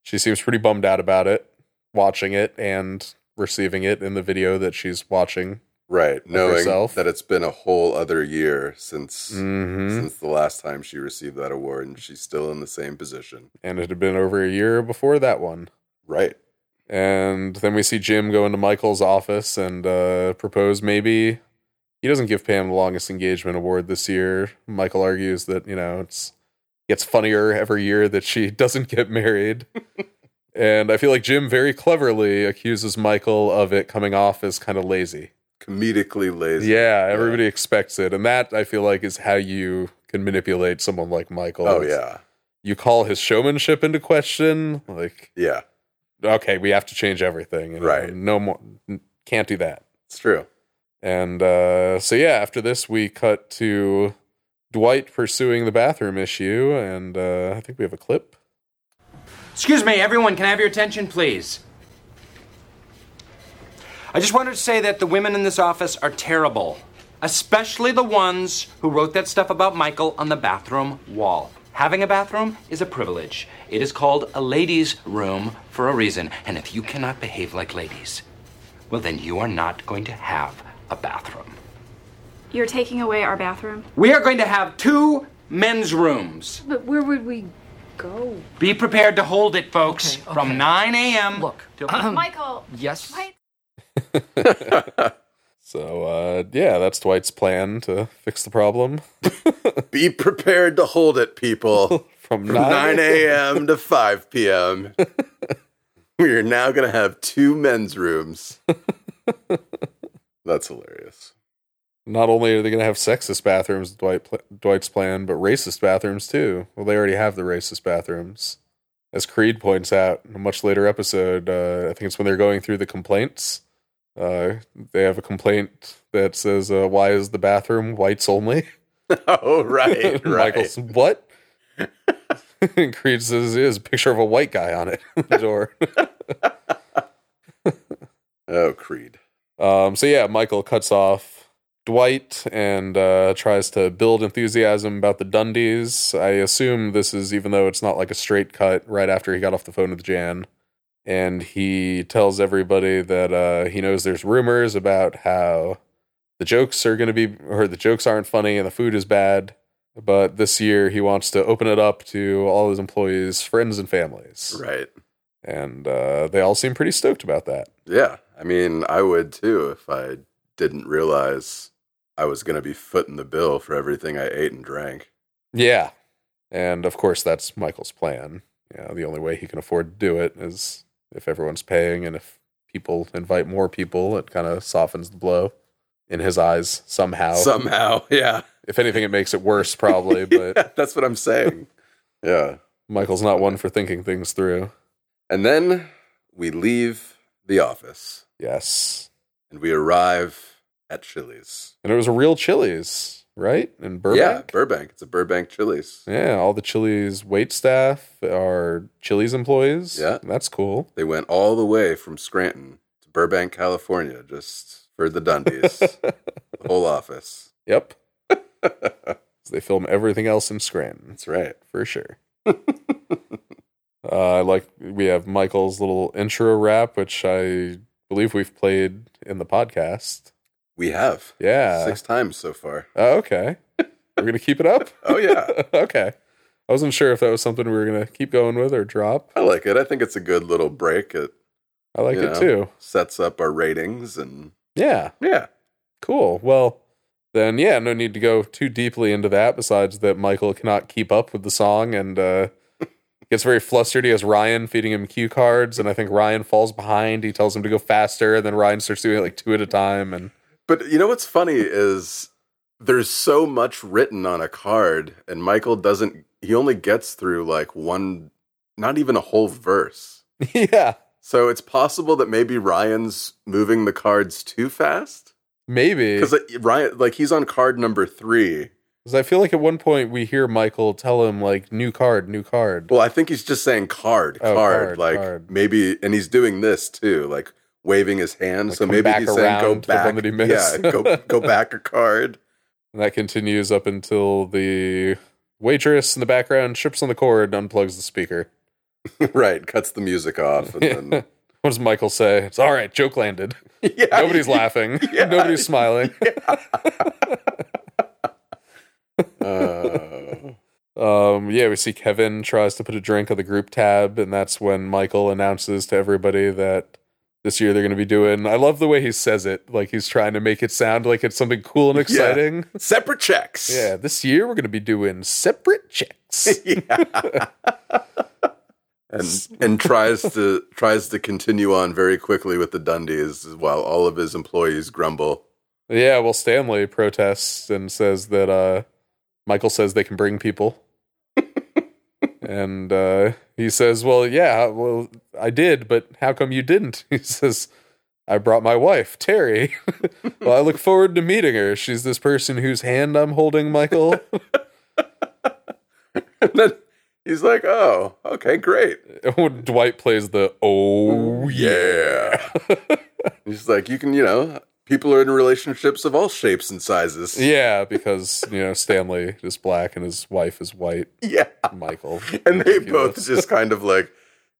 she seems pretty bummed out about it, watching it and receiving it in the video that she's watching. right. Knowing herself. that it's been a whole other year since. Mm-hmm. Since the last time she received that award, and she's still in the same position. And it had been over a year before that one. Right. And then we see Jim go into Michael's office and uh, propose maybe he doesn't give Pam the longest engagement award this year. Michael argues that, you know, it's gets funnier every year that she doesn't get married. and I feel like Jim very cleverly accuses Michael of it coming off as kind of lazy. Comedically lazy. Yeah, everybody expects it. And that I feel like is how you can manipulate someone like Michael. Oh, yeah. You call his showmanship into question. Like Yeah. okay, we have to change everything. And, Right. No more. Can't do that. It's true. And uh, so, yeah, after this, we cut to Dwight pursuing the bathroom issue. And uh, I think we have a clip. Excuse me, everyone, can I have your attention, please? I just wanted to say that the women in this office are terrible, especially the ones who wrote that stuff about Michael on the bathroom wall. Having a bathroom is a privilege. It is called a ladies' room for a reason, and if you cannot behave like ladies, well, then you are not going to have a bathroom. You're taking away our bathroom? We are going to have two men's rooms. But where would we go? Be prepared to hold it, folks, Okay, okay. from 9 a.m. Look. till Michael! Yes. Why- So, uh, yeah, that's Dwight's plan to fix the problem Be prepared to hold it, people. from From 9 a.m. to 5 p.m. we are now going to have two men's rooms. That's hilarious. Not only are they going to have sexist bathrooms, Dwight pl- Dwight's plan, but racist bathrooms too. Well, they already have the racist bathrooms. As Creed points out in a much later episode, uh, I think it's when they're going through the complaints. Uh, they have a complaint that says, uh, "Why is the bathroom whites only?" Oh, right, right. Michael's what? and Creed says, "Is a picture of a white guy on it on the door." Oh, Creed. Um, so yeah, Michael cuts off Dwight and uh, tries to build enthusiasm about the Dundies. I assume this is even though it's not like a straight cut right after he got off the phone with Jan, and he tells everybody that uh, he knows there's rumors about how the jokes are going to be or the jokes aren't funny and the food is bad. But this year he wants to open it up to all his employees, friends, and families, Right. and uh, they all seem pretty stoked about that. Yeah. I mean, I would too if I didn't realize I was going to be footing the bill for everything I ate and drank. Yeah. And of course, that's Michael's plan. You know, the only way he can afford to do it is if everyone's paying and if people invite more people, it kind of softens the blow in his eyes somehow. Somehow, yeah. if anything, it makes it worse, probably. But Yeah, that's what I'm saying. yeah. Michael's not one for thinking things through. And then we leave the office Yes. and we arrive at Chili's. And it was a real Chili's, right? In Yeah, Burbank? Burbank. It's a Burbank Chili's. Yeah, all the Chili's wait staff are Chili's employees. Yeah. That's cool. They went all the way from Scranton to Burbank, California, just for the Dundies, the whole office. Yep. they film everything else in Scranton. That's right. for sure. uh, I like we have Michael's little intro rap, which I believe we've played in the podcast. We have Yeah. six times so far. Oh, okay. We're gonna keep it up. Oh, yeah. okay. I wasn't sure if that was something we were gonna keep going with or drop. I like it. I think it's a good little break. It I like You it know. too. sets up our ratings and Yeah. yeah. Cool. Well, then, yeah, no need to go too deeply into that. Besides that, Michael cannot keep up with the song and uh, gets very flustered. He has Ryan feeding him cue cards, and I think Ryan falls behind. He tells him to go faster, and then Ryan starts doing it like two at a time. And But you know what's funny is there's so much written on a card, and Michael doesn't, he only gets through like one, not even a whole verse. yeah, So it's possible that maybe Ryan's moving the cards too fast. maybe Because Ryan, like he's on card number three. 'Cause I feel like at one point we hear Michael tell him like new card, new card. Well, I think he's just saying card, Oh, card, card, like card. maybe, and he's doing this too, like waving his hand. Like, so come maybe back he's saying go around to the back, one that he yeah, missed. go go back a card. And that continues up until the waitress in the background trips on the cord, and unplugs the speaker. right, cuts the music off, and then what does Michael say? It's all right. Joke landed. yeah, Nobody's laughing. Yeah. Nobody's smiling. Uh, Um, yeah, we see Kevin tries to put a drink on the group tab, and that's when Michael announces to everybody that this year they're going to be doing. I love the way he says it. Like he's trying to make it sound like it's something cool and exciting. separate checks. Yeah, this year we're going to be doing separate checks. Yeah. and and tries to tries to continue on very quickly with the Dundies while all of his employees grumble. yeah, well, Stanley protests and says that uh, Michael says they can bring people. and uh, he says, Well, yeah, well, I did, but how come you didn't? He says, I brought my wife, Terry. well, I look forward to meeting her. She's this person whose hand I'm holding, Michael. And then he's like, "Oh, okay, great, Dwight plays the oh, yeah." he's like, "You can, you know, people are in relationships of all shapes and sizes." yeah, because, you know, Stanley is black and his wife is white, yeah. Michael. And they Ridiculous. both just kind of like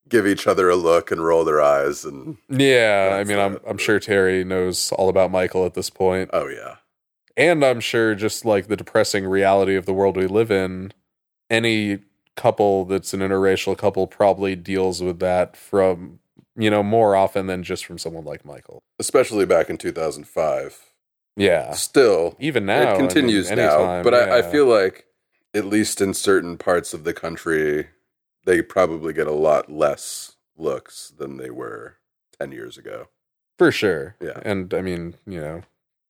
give each other a look and roll their eyes and Yeah, I That's mean, I'm not- I'm sure Terry knows all about Michael at this point, oh yeah. and I'm sure just like the depressing reality of the world we live in, any couple that's an interracial couple probably deals with that from you know more often than just from someone like Michael. Especially back in 2005. Yeah, Still, even now it continues I mean, now. anytime, But I, I yeah. feel like, at least in certain parts of the country, they probably get a lot less looks than they were 10 years ago. for sure. Yeah. and I mean you know,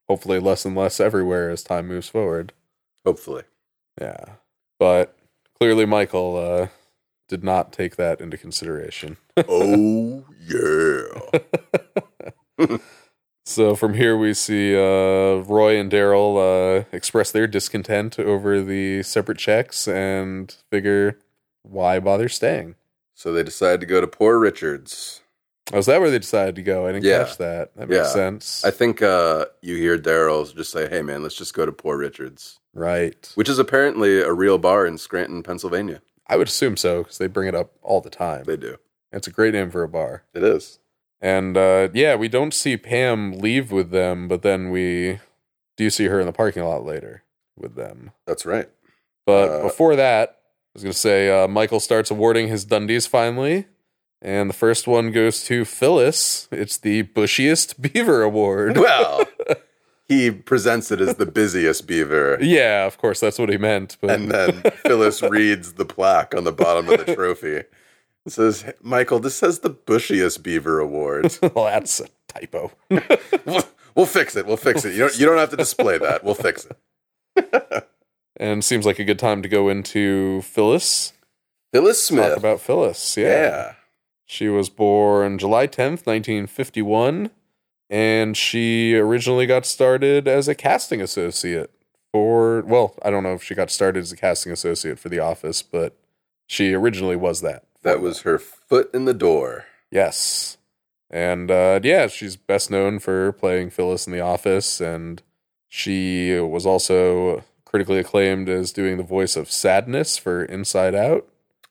hopefully less and less everywhere as time moves forward. Hopefully. Yeah. But clearly Michael uh did not take that into consideration. oh, yeah. So from here we see uh Roy and Daryl uh express their discontent over the separate checks and figure why bother staying. So they decide to go to Poor Richard's. Oh, is that where they decided to go? I didn't Yeah. catch that. That makes Yeah. sense. I think uh, you hear Daryl just say, hey, man, let's just go to Poor Richard's, right. which is apparently a real bar in Scranton, Pennsylvania. I would assume so because they bring it up all the time. They do. It's a great name for a bar. It is. And uh, yeah, we don't see Pam leave with them, but then we do see her in the parking lot later with them. That's right. But Uh, before that, I was going to say uh, Michael starts awarding his Dundies finally. And the first one goes to Phyllis. It's the Bushiest Beaver Award. Well, he presents it as the busiest beaver. Yeah, of course, that's what he meant. But And uh, then Phyllis reads the plaque on the bottom of the trophy. It says, Michael, this says the bushiest beaver award. well, that's a typo. we'll, we'll fix it. We'll fix it. You don't, you don't have to display that. We'll fix it. and seems like a good time to go into Phyllis. Phyllis Talk Smith. about Phyllis. Yeah. yeah. She was born July 10th, 1951, and she originally got started as a casting associate for, well, I don't know if she got started as a casting associate for The Office, but she originally was that. That was her foot in the door. Yes. And uh, yeah, she's best known for playing Phyllis in The Office, and she was also critically acclaimed as doing the voice of Sadness for Inside Out,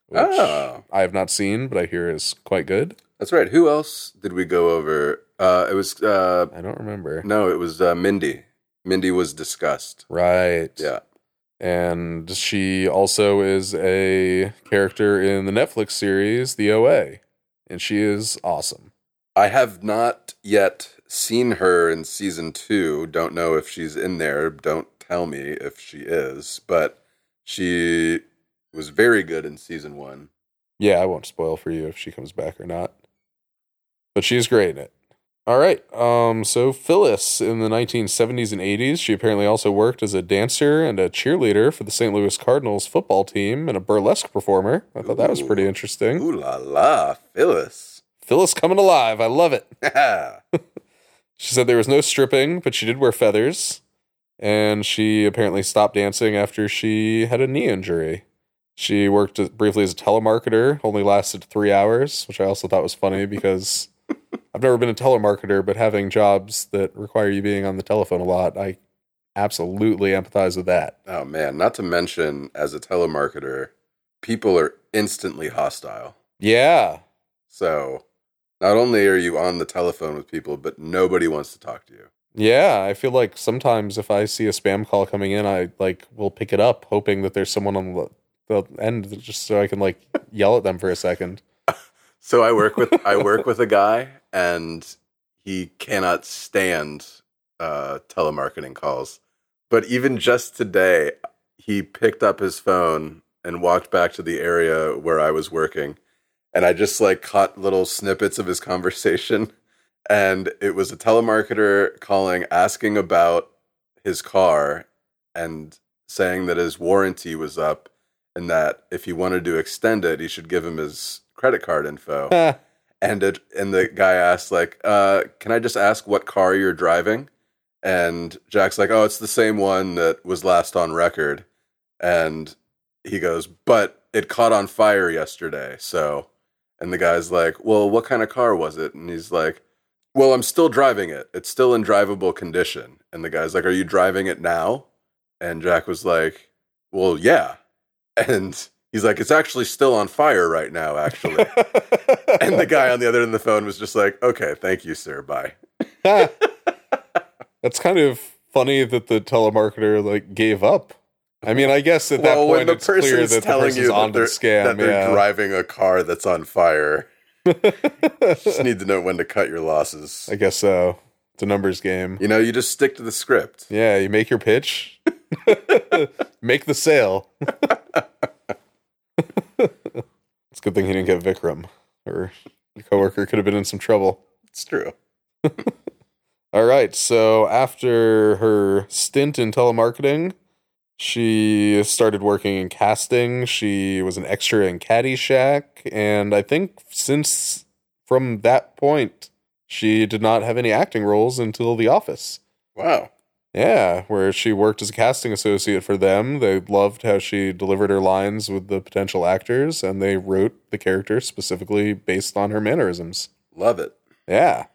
which Oh. I have not seen, but I hear is quite good. That's right. Who else did we go over? Uh, it was, uh, I don't remember. no, it was uh, Mindy. Mindy was discussed. Right. Yeah. And she also is a character in the Netflix series The OA, and she is awesome. I have not yet seen her in season two. Don't know if she's in there. Don't tell me if she is, but she was very good in season one. Yeah, I won't spoil for you if she comes back or not. But she's great in it. All right. Um so Phyllis in the 1970s and 80s, she apparently also worked as a dancer and a cheerleader for the St. Louis Cardinals football team and a burlesque performer. I thought that was pretty Ooh. interesting. Ooh la la, Phyllis. Oh, Phyllis coming alive. I love it. That's She said there was no stripping, but she did wear feathers. And she apparently stopped dancing after she had a knee injury. She worked as- briefly as a telemarketer, only lasted three hours, which I also thought was funny because I've never been a telemarketer, but having jobs that require you being on the telephone a lot, I absolutely empathize with that. Oh man, not to mention as a telemarketer, people are instantly hostile. Yeah. So not only are you on the telephone with people, but nobody wants to talk to you. Yeah, I feel like sometimes if I see a spam call coming in, I like will pick it up, hoping that there's someone on the, the end, just so I can like yell at them for a second. So I work with I work with a guy and he cannot stand uh, telemarketing calls. But even just today, he picked up his phone and walked back to the area where I was working, and I just like caught little snippets of his conversation, and it was a telemarketer calling asking about his car and saying that his warranty was up and that if he wanted to extend it, he should give him his credit card info. Eh, and it, and the guy asked like, uh, "Can I just ask what car you're driving?" And Jack's like, "Oh, it's the same one that was last on record." And he goes, "But it caught on fire yesterday." So, and the guy's like, "Well, what kind of car was it?" And he's like, "Well, I'm still driving it. It's still in drivable condition." And the guy's like, "Are you driving it now?" And Jack was like, "Well, yeah." And he's like, "It's actually still on fire right now, actually." and the guy on the other end of the phone was just like, "Okay, thank you, sir. Bye." That's kind of funny that the telemarketer like gave up. I mean, I guess at that point it's clear that the person's onto the they're, scam. that they're yeah. driving a car that's on fire, you just need to know when to cut your losses. I guess so. It's a numbers game. you know, you just stick to the script. Yeah, you make your pitch, make the sale. it's a good thing he didn't get Vikram, or your coworker could have been in some trouble. It's true. All right, so after her stint in telemarketing, she started working in casting. She was an extra in Caddyshack, and I think since from that point, she did not have any acting roles until The Office. Wow. Yeah, where she worked as a casting associate for them. They loved how she delivered her lines with the potential actors, and they wrote the character specifically based on her mannerisms. Love it. Yeah.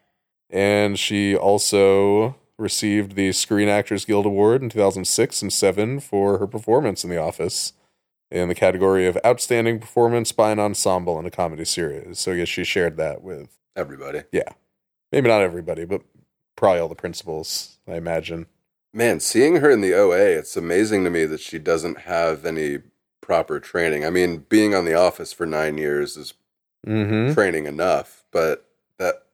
And she also received the Screen Actors Guild Award in 2006 and 7 for her performance in The Office in the category of Outstanding Performance by an Ensemble in a Comedy Series. So I guess she shared that with Everybody. maybe not everybody, but probably all the principals, I imagine. Man, seeing her in the OA, it's amazing to me that she doesn't have any proper training. I mean, being on the office for 9 years is Mm hmm. training enough, but that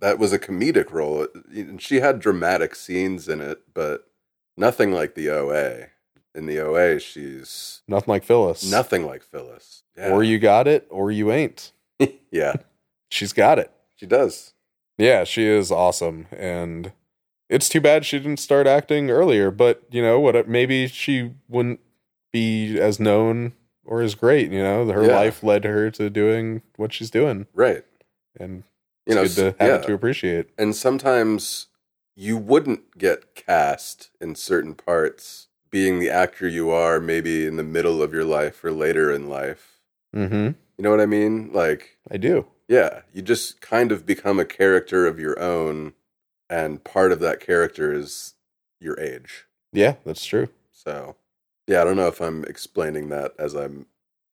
that was a comedic role. And she had dramatic scenes in it, but nothing like the OA. In the OA, she's Nothing like Phyllis. nothing like Phyllis. Yeah. Or you got it, or you ain't. yeah, She's got it. she does. Yeah, she is awesome, and it's too bad she didn't start acting earlier. But you know what? Maybe she wouldn't be as known or as great. You know, her Yeah. life led her to doing what she's doing, Right. and You it's know, good to have yeah. it to appreciate. and sometimes you wouldn't get cast in certain parts being the actor you are maybe in the middle of your life or later in life hmm you know what i mean like I do. yeah you just kind of become a character of your own and part of that character is your age Yeah, that's true. so yeah i don't know if i'm explaining that as i'm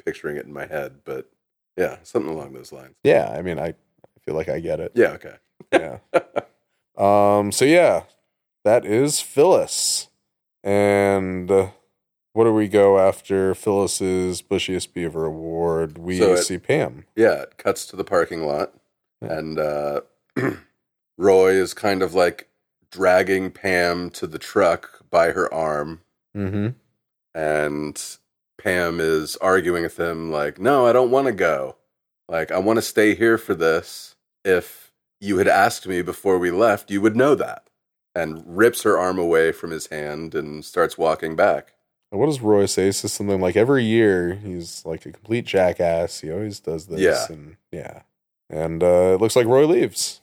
picturing it in my head but yeah something along those lines Yeah, I mean, I I feel like I get it. yeah okay yeah. Um. So yeah, that is Phyllis. And uh, what do we go after Phyllis's Bushiest Beaver Award? We So it- see Pam. Yeah, it cuts to the parking lot, Yeah. and uh, Roy is kind of like dragging Pam to the truck by her arm, Mm-hmm. and Pam is arguing with him like, "No, I don't want to go. Like, I want to stay here for this. If you had asked me before we left, you would know that." And rips her arm away from his hand and starts walking back. What does Roy say? He says something like every year he's like a complete jackass. He always does this. Yeah. And yeah. And uh, it looks like Roy leaves.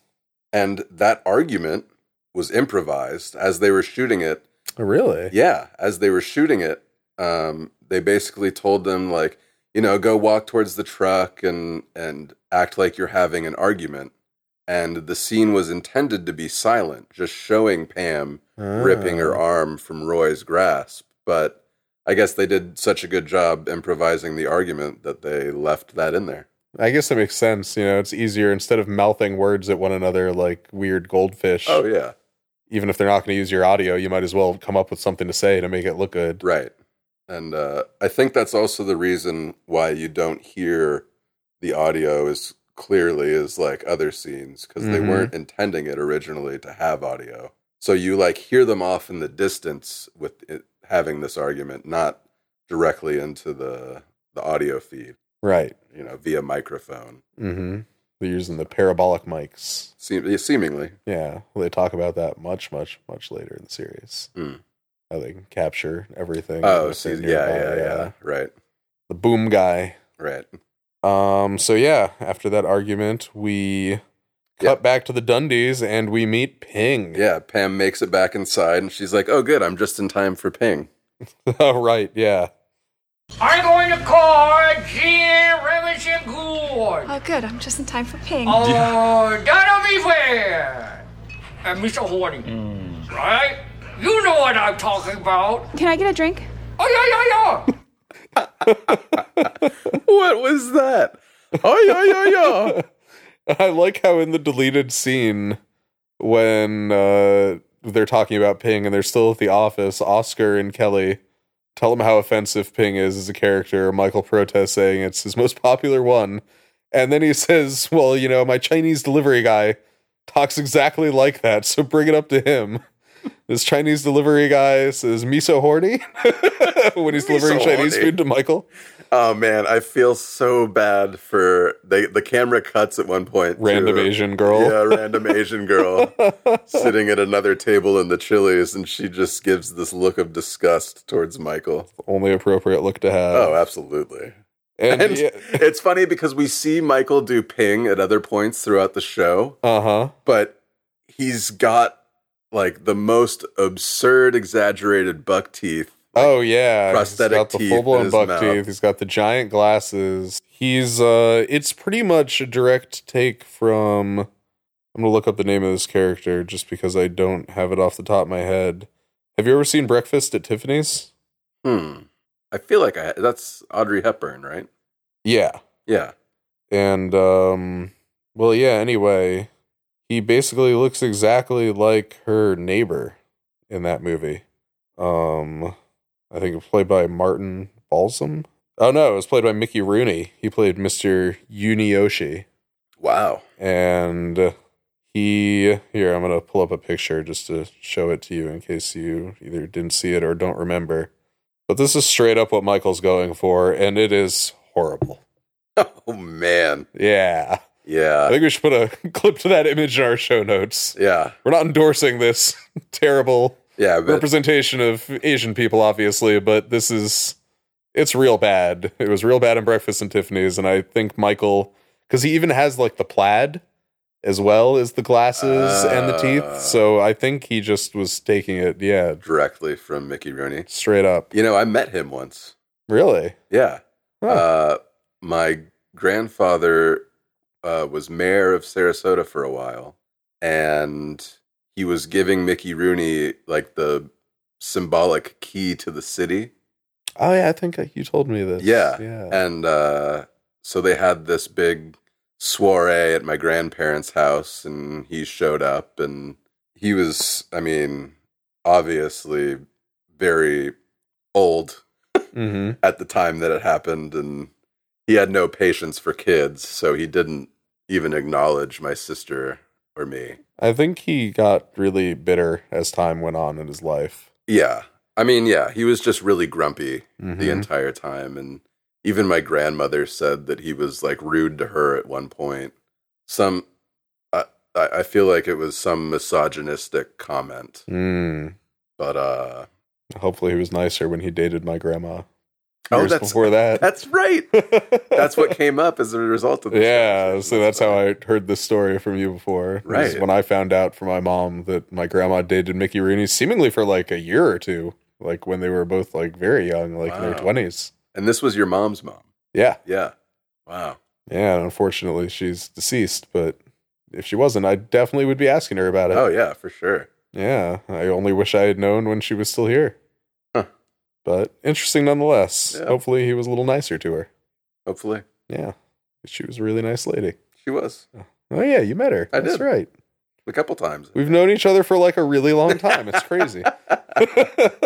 And that argument was improvised as they were shooting it. Oh, really? Yeah, as they were shooting it, um, they basically told them like, you know, go walk towards the truck and and act like you're having an argument. And the scene was intended to be silent, just showing Pam Ah. ripping her arm from Roy's grasp. But I guess they did such a good job improvising the argument that they left that in there. I guess that makes sense. You know, it's easier instead of mouthing words at one another like weird goldfish. Oh yeah, even if they're not going to use your audio, you might as well come up with something to say to make it look good. right. And uh, I think that's also the reason why you don't hear the audio as clearly as like other scenes because they Mhm. weren't intending it originally to have audio. So you like hear them off in the distance with it, having this argument, not directly into the the audio feed, Right. you know, via microphone. Mm-hmm. They're using the parabolic mics. Seem- seemingly, Yeah. Well, they talk about that much, much, much later in the series. Mm. How they can capture everything. oh, that's see, yeah, nearby, yeah, yeah, right, The boom guy. right. Um. So yeah, after that argument, we Yeah. cut back to the Dundies and we meet Ping. Yeah, Pam makes it back inside, and she's like, "Oh, good, I'm just in time for ping." Oh, right. Yeah. I'm going to call GM Rivers and Gould. Oh, good. I'm just in time for ping. Oh, that'll be fair. And Mr. Horning, Mm. right? You know what I'm talking about. Can I get a drink? Oh, yeah, yeah, yeah. What was that? Oh yeah, yeah, yeah. I like how in the deleted scene when uh, they're talking about Ping and they're still at the office, Oscar and Kelly tell him how offensive Ping is as a character. Michael protests saying it's his most popular one, and then he says, "Well, you know, my Chinese delivery guy talks exactly like that, so bring it up to him." This Chinese delivery guy says, "Me so horny," when he's Me so delivering Chinese horny. food to Michael. Oh man, I feel so bad for they. The camera cuts at one point. to- Random Asian girl. Yeah, random Asian girl sitting at another table in the Chili's, and she just gives this look of disgust towards Michael. Only appropriate look to have. Oh, absolutely. and, And yeah, it's funny because we see Michael do ping at other points throughout the show, Uh huh. but he's got like the most absurd, exaggerated buck teeth. Oh yeah, prosthetic He's got the teeth full in blown his buck mouth. teeth. He's got the giant glasses. He's uh, it's pretty much a direct take from. I'm gonna look up the name of this character just because I don't have it off the top of my head. Have you ever seen Breakfast at Tiffany's? Hmm. I feel like I, that's Audrey Hepburn, right? Yeah, Yeah. and um, well, yeah. Anyway, he basically looks exactly like her neighbor in that movie. Um, I think it was played by Martin Balsam. Oh no, it was played by Mickey Rooney. He played Mr. Yunioshi, Wow. and He here, I'm gonna pull up a picture just to show it to you in case you either didn't see it or don't remember. But this is straight up what Michael's going for, and it is horrible. Oh man. Yeah. I Yeah. think we should put a clip to that image in our show notes. Yeah. We're not endorsing this terrible Yeah. But representation of Asian people, obviously, but this is it's real bad. It was real bad in Breakfast and Tiffany's, and I think Michael because he even has like the plaid as well as the glasses and the Uh. teeth. So I think he just was taking it, yeah, directly from Mickey Rooney. straight up. You know, I met him once. Really? Yeah. Huh. Uh, my grandfather uh, was mayor of Sarasota for a while, and he was giving Mickey Rooney like the symbolic key to the city. Oh yeah, I think you told me this. Yeah. yeah. And uh, so they had this big soiree at my grandparents' house, and he showed up, and he was, I mean, obviously very old Mm-hmm. at the time that it happened and he had no patience for kids so he didn't even acknowledge my sister or me I think he got really bitter as time went on in his life. yeah i mean yeah he was just really grumpy the Mhm. entire time and even my grandmother said that he was like rude to her at one point some i i I feel like it was some misogynistic comment Mm. but uh Hopefully, he was nicer when he dated my grandma. Oh, Years that's- before that. that's right that's what came up as a result of this Yeah, conversation. so that's how I heard this story from you before. was Right. When I found out from my mom that my grandma dated Mickey Rooney seemingly for like a year or two, like when they were both like very young, like in their Wow. 20s. and this was your mom's mom Yeah. yeah wow Yeah, and unfortunately she's deceased, but if she wasn't, I definitely would be asking her about it. oh yeah for sure Yeah, I only wish I had known when she was still here. Huh. But interesting nonetheless. Yeah. Hopefully he was a little nicer to her. Hopefully. Yeah. She was a really nice lady. She was. Oh yeah, you met her. I That's did. right. A couple times. We've known each other for like a really long time. It's crazy.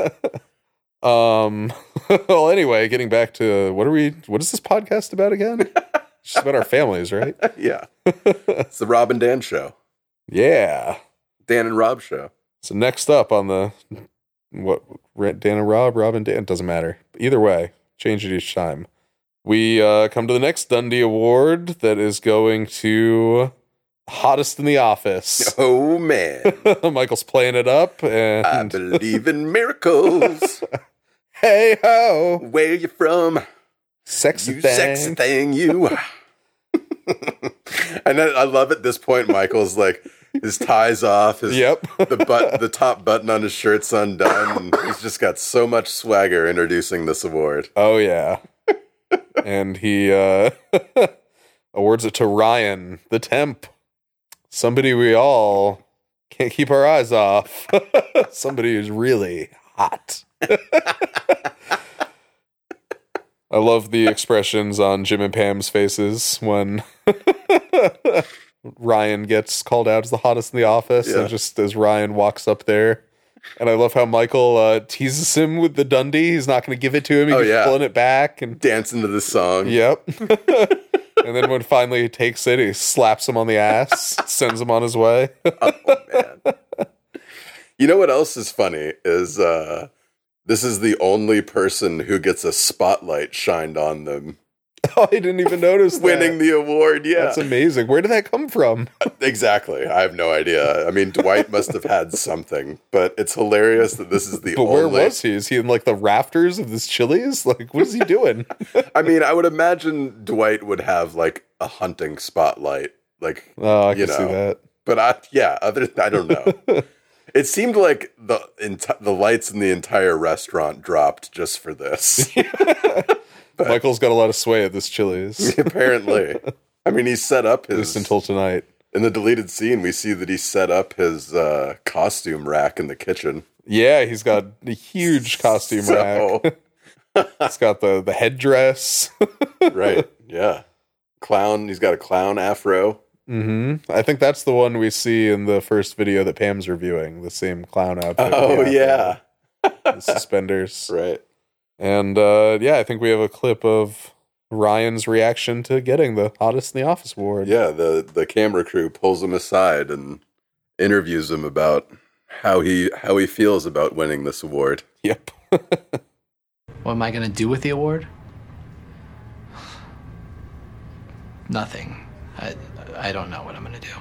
um well anyway, getting back to what are we what is this podcast about again? It's just about our families, right? yeah. it's the Rob and Dan show. Yeah. Dan and Rob show. So next up on the what Ra- Dan and Rob, Rob and Dan doesn't matter. Either way, change it each time. We uh, come to the next Dundee Award that is going to hottest in the office. Oh man. Michael's playing it up, and I believe in miracles. hey ho, Where you from? sexy You thing. sexy thing, you. and I, I love at this point Michael's like his tie's off, his Yep. the but the top button on his shirt's undone. and he's just got so much swagger introducing this award. Oh yeah. and he uh awards it to Ryan, the temp. Somebody we all can't keep our eyes off. Somebody who's really hot. I love the expressions on Jim and Pam's faces when Ryan gets called out as the hottest in the office, Yeah. and just as Ryan walks up there, and I love how Michael uh, teases him with the Dundee. He's not going to give it to him. He Oh, keeps yeah. Hmm. pulling it back, and Dancing to the song. yep. and then when finally he takes it, he slaps him on the ass, sends him on his way. Oh, man. You know what else is funny is uh this is the only person who gets a spotlight shined on them oh, he didn't even notice that. winning the award. Yeah. That's amazing. Where did that come from? exactly. I have no idea. I mean, Dwight must have had something, but it's hilarious that this is the But only where was he? Is he in like the rafters of this Chili's? Like, what is he doing? I mean, I would imagine Dwight would have like a hunting spotlight. Like oh, I can You see know. that. but I yeah, other I don't know. It seemed like the enti- the lights in the entire restaurant dropped just for this. Michael's got a lot of sway at this Chili's, apparently. I mean, he set up at least his until tonight. in the deleted scene. We see that he set up his uh, costume rack in the kitchen. Yeah, he's got a huge costume rack. So, It's got the the headdress. right, yeah, clown. He's got a clown afro. hmm I think that's the one we see in the first video that Pam's reviewing. The same clown outfit. Oh with the yeah, afro, the suspenders. right. And uh, yeah, I think we have a clip of Ryan's reaction to getting the hottest in the office award. Yeah, the the camera crew pulls him aside and interviews him about how he how he feels about winning this award. Yep. What am I going to do with the award? Nothing. I, I don't know what I'm going to do.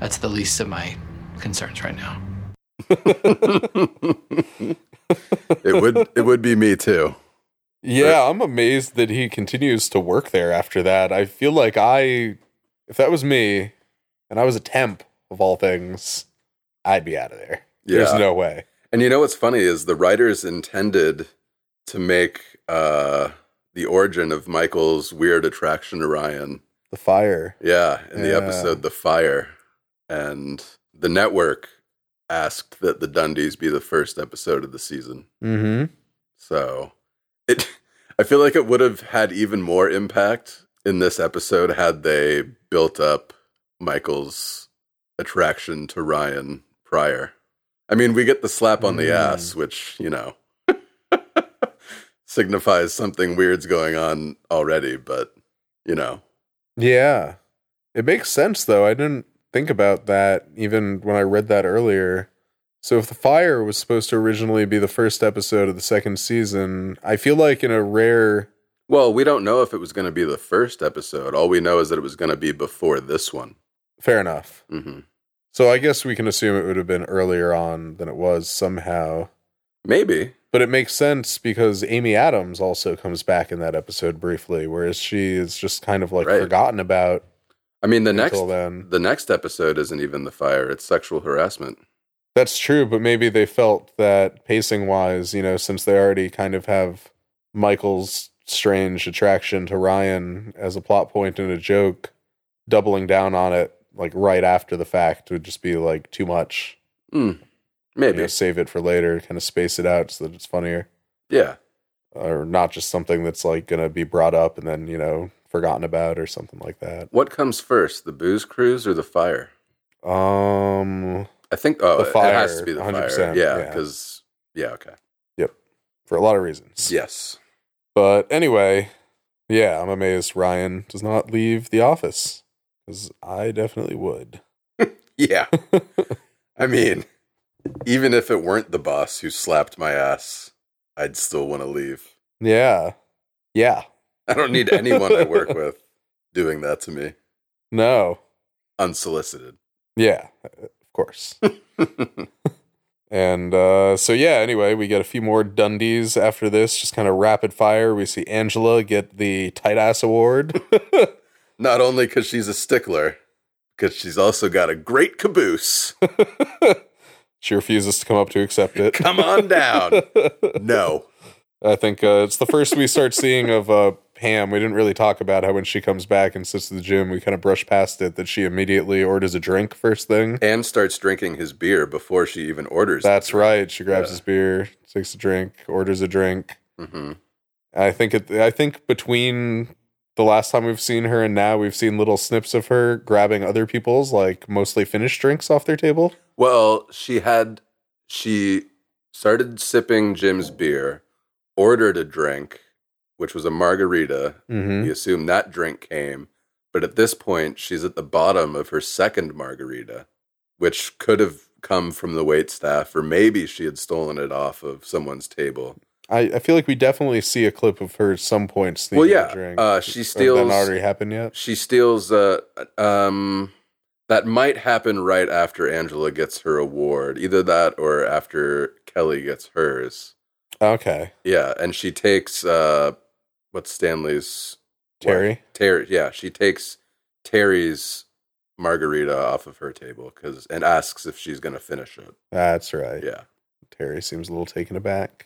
That's the least of my concerns right now. It would it would be me too. Yeah, I'm amazed that he continues to work there after that. I feel like I, if that was me, and I was a temp of all things, I'd be out of there. There's Yeah. no way. And you know what's funny is the writers intended to make uh, the origin of Michael's weird attraction to Ryan. The fire. Yeah, in the Yeah. episode The Fire. And the network asked that the Dundies be the first episode of the season. Mm-hmm. So it I feel like it would have had even more impact in this episode had they built up Michael's attraction to Ryan prior. I mean, we get the slap on the ass, which, you know, signifies something weird's going on already, but you know, Yeah. It makes sense though. I didn't think about that even when I read that earlier. So if the fire was supposed to originally be the first episode of the second season, I feel like in a rare Well, we don't know if it was going to be the first episode. All we know is that it was going to be before this one. fair enough. hmm So I guess we can assume it would have been earlier on than it was somehow. Maybe. But it makes sense because Amy Adams also comes back in that episode briefly, whereas she is just kind of like Right. forgotten about I mean, the next until then. the next episode isn't even the fire; it's sexual harassment. That's true, but maybe they felt that pacing wise, you know, since they already kind of have Michael's strange attraction to Ryan as a plot point and a joke, doubling down on it like right after the fact would just be like too much. Mm, You maybe. know, save it for later, kind of space it out so that it's funnier. Yeah. Or not just something that's like gonna be brought up and then, you know, forgotten about or something like that. What comes first, the booze cruise or the fire? Um I think. Oh, The it has fire, to be the 100%, fire. Yeah, yeah. because yeah. Okay. for a lot of reasons. Yes. But anyway, yeah, I'm amazed Ryan does not leave the office because I definitely would. Yeah. I mean, even if it weren't the boss who slapped my ass, I'd still want to leave. Yeah. Yeah. I don't need anyone I work with doing that to me No. unsolicited. Yeah. Of course. and uh, so, yeah, anyway, we get a few more Dundies after this, just kind of rapid fire. We see Angela get the tight ass award. Not only because she's a stickler, because she's also got a great caboose. she refuses to come up to accept it. Come on down. No. I think uh, it's the first we start seeing of uh, Pam. We didn't really talk about how when she comes back and sits at the gym, we kind of brush past it that she immediately orders a drink first thing. Pam starts drinking his beer before she even orders. That's right. She grabs his beer, takes a drink, orders a drink. hmm I think it, I think between the last time we've seen her and now, we've seen little snips of her grabbing other people's like mostly finished drinks off their table. Well, she had, she started sipping Jim's beer, ordered a drink, which was a margarita. Mm-hmm. We assume that drink came, but at this point, she's at the bottom of her second margarita, which could have come from the wait staff, or maybe she had stolen it off of someone's table. I, I feel like we definitely see a clip of her at some point sneaking Well, yeah, a drink. uh, she Or that steals- already happened yet? She steals. Uh, um, that might happen right after Angela gets her award, either that or after Kelly gets hers. Okay, Yeah, and she takes uh, what's Stanley's Terry. Terry, yeah, she takes Terry's margarita off of her table because and asks if she's gonna finish it. That's right. Yeah, Terry seems a little taken aback.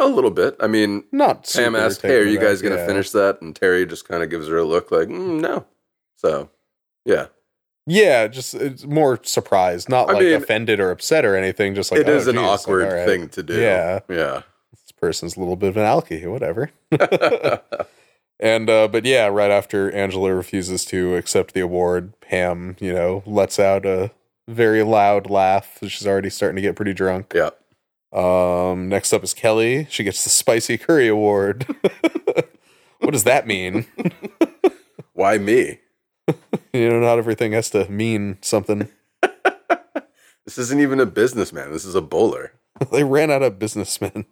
a little bit. I mean, Not Sam super asks, taken "Hey, are you aback, guys gonna yeah. finish that?" And Terry just kind of gives her a look like, mm, "No." So, yeah, Yeah, just it's more surprised, not I like mean, offended or upset or anything. Just like it oh, is an geez, like, awkward all right, thing to do. Yeah. yeah. This person's a little bit of an alky, whatever. And uh, but yeah, right after Angela refuses to accept the award, Pam, you know, lets out a very loud laugh. She's already starting to get pretty drunk. yeah. Um, next up is Kelly. She gets the spicy curry award. What does that mean? Why me? you know, not everything has to mean something. This isn't even a businessman. This is a bowler. they ran out of businessmen.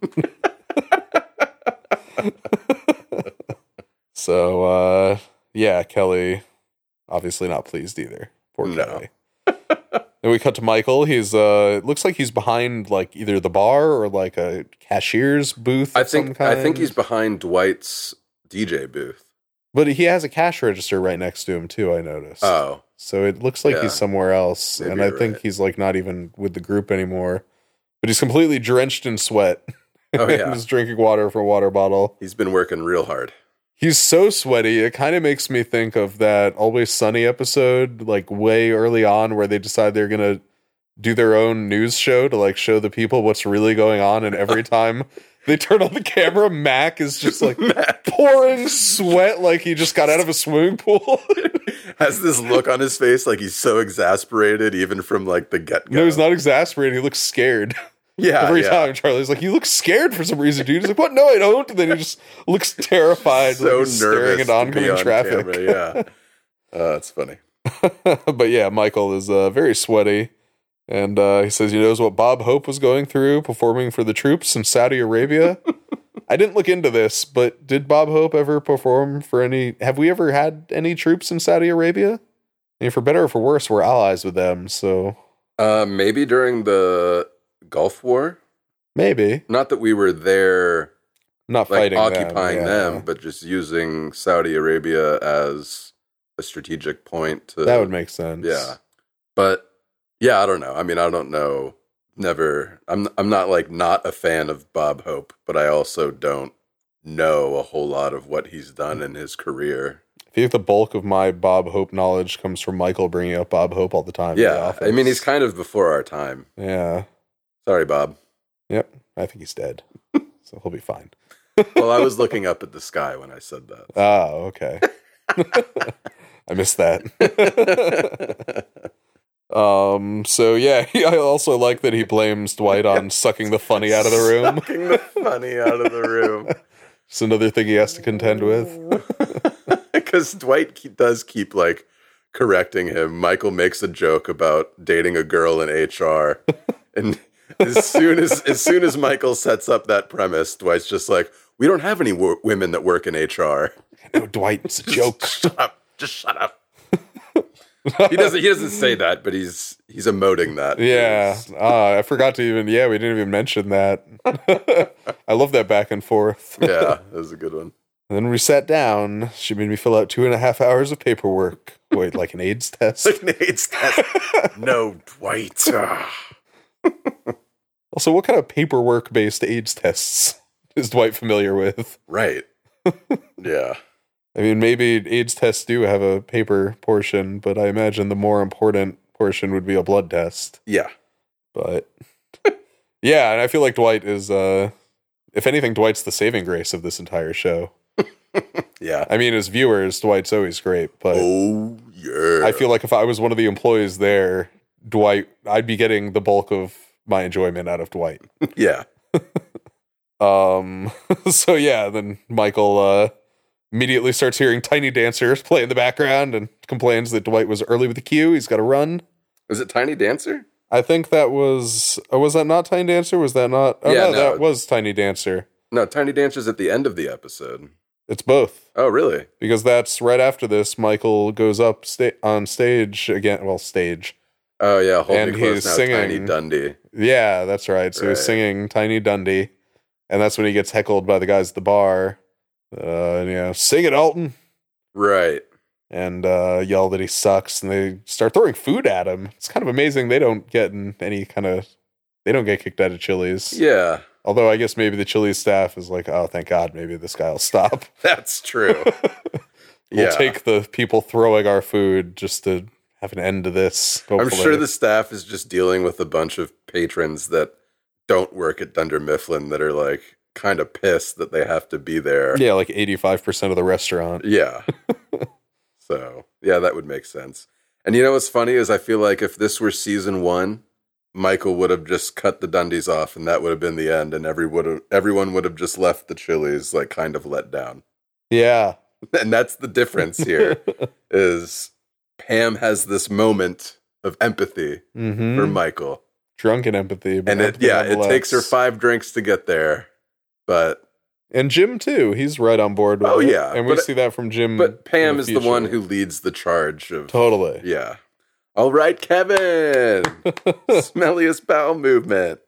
so uh yeah, Kelly obviously not pleased either. Poor No. Kelly. and we cut to Michael. He's uh it looks like he's behind like either the bar or like a cashier's booth. I of some think I think kind. he's behind Dwight's DJ booth. but he has a cash register right next to him too, I noticed. Oh, So it looks like Yeah. he's somewhere else. Maybe and I you're think right. he's like not even with the group anymore. But he's completely drenched in sweat. Oh, yeah. he's drinking water from a water bottle. he's been working real hard. He's so sweaty. It kind of makes me think of that Always Sunny episode, like way early on, where they decide they're going to do their own news show to like show the people what's really going on. And every time they turn on the camera, Mac is just like pouring sweat like he just got out of a swimming pool. Has this look on his face like he's so exasperated, even from like the get go. no, he's not exasperated. He looks scared. Yeah, Every yeah. time Charlie's like, "You look scared for some reason, dude." He's like, "What? No, I don't." And then he just looks terrified, so like, nervous he's staring at to be oncoming on traffic. camera, Yeah, uh, it's funny. but yeah, Michael is uh, very sweaty, and uh, he says he knows what Bob Hope was going through performing for the troops in Saudi Arabia. I didn't look into this, but did Bob Hope ever perform for any? Have we ever had any troops in Saudi Arabia? I mean, for better or for worse, we're allies with them, so Uh, maybe during the Gulf War, maybe not that we were there not like fighting occupying yeah. them, but just using Saudi Arabia as a strategic point to that would make sense. Yeah. But yeah, I don't know. I mean, I don't know. Never. I'm I'm not like not a fan of Bob Hope, but I also don't know a whole lot of what he's done in his career. I feel like the bulk of my Bob Hope knowledge comes from Michael bringing up Bob Hope all the time. in the yeah. I office. mean, he's kind of before our time. yeah. Sorry, Bob. Yep. I think he's dead, so he'll be fine. Well, I was looking up at the sky when I said Oh, okay. I missed that. that. um. So yeah, I also like that he blames Dwight on sucking the funny out of the room. Sucking the funny out of the room. It's another thing he has to contend with. Because Dwight ke- does keep like correcting him. Michael makes a joke about dating a girl in HR, and as soon as as soon as Michael sets up that premise, Dwight's just like, "We don't have any wo- women that work in HR. No, Dwight, it's a joke. Shut up! Just shut up." he doesn't. He doesn't say that, but he's he's emoting that. Yeah, uh, I forgot to even. Yeah, we didn't even mention that. I love that back and forth. yeah, that was a good one. And then we sat down. She made me fill out two and a half hours of paperwork. Wait, like an AIDS test. Nate's no Dwight. Ah. Also, what kind of paperwork based AIDS tests is Dwight familiar with? right. Yeah. I mean, maybe AIDS tests do have a paper portion, but I imagine the more important portion would be a blood test. Yeah. But yeah, and I feel like Dwight is, uh, if anything, Dwight's the saving grace of this entire show. Yeah. I mean, as viewers, Dwight's always great, but Oh yeah. I feel like if I was one of the employees there, Dwight, I'd be getting the bulk of my enjoyment out of Dwight. yeah. Um, so yeah, then Michael uh, immediately starts hearing Tiny Dancers play in the background and complains that Dwight was early with the cue. He's got to run. Was it Tiny Dancer? I think that was oh, was that not Tiny Dancer? Was that not? Oh Yeah, no, no. that was Tiny Dancer. No, Tiny Dancer's at the end of the episode. It's both Oh, really? because that's right after this. Michael goes up sta- on stage again. Well, stage. Oh yeah, hold And me close he's now, Tiny singing. Dundee. Yeah, that's right. So he's Right. singing Tiny Dundee, and that's when he gets heckled by the guys at the bar. Uh, and, you know, sing it, Alton. Right. and uh, yell that he sucks, and they start throwing food at him. It's kind of amazing they don't get in any kind of they don't get kicked out of Chili's. Yeah, Although I guess maybe the Chili's staff is like, oh, thank God, maybe this guy'll stop. that's true. we'll Yeah. take the people throwing our food just to have an end to this. I'm sure hopefully." the staff is just dealing with a bunch of patrons that don't work at Dunder Mifflin that are like kind of pissed that they have to be there. yeah, like 85 percent of the restaurant. Yeah. so, yeah, that would make sense. And you know what's funny is I feel like if this were season one, Michael would have just cut the Dundies off and that would have been the end. And every would have, everyone would have just left the Chili's like kind of let down. Yeah. and that's the difference here is Pam has this moment of empathy Mm-hmm. for Michael. Drunken empathy. but And it empathy yeah, it takes her nonetheless. five drinks to get there. But And Jim too. He's right on board. With Oh, it. yeah, and we but- see that from Jim. but Pam Hmm. in is the one future. who leads the charge of totally. Yeah. All right, Kevin. Smelliest bowel movement.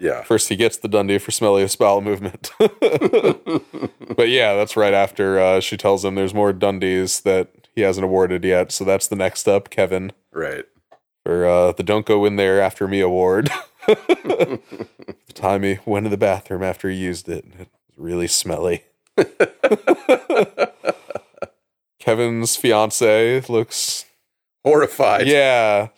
yeah. First, he gets the Dundee for smelliest bowel movement. but yeah, that's right after uh, she tells him there's more Dundees that he hasn't awarded yet. So that's the next up, Kevin, Right. for uh, the Don't Go In There After Me award. the time he went to the bathroom after he used it, it was really smelly. Kevin's fiance looks, Horrified. yeah,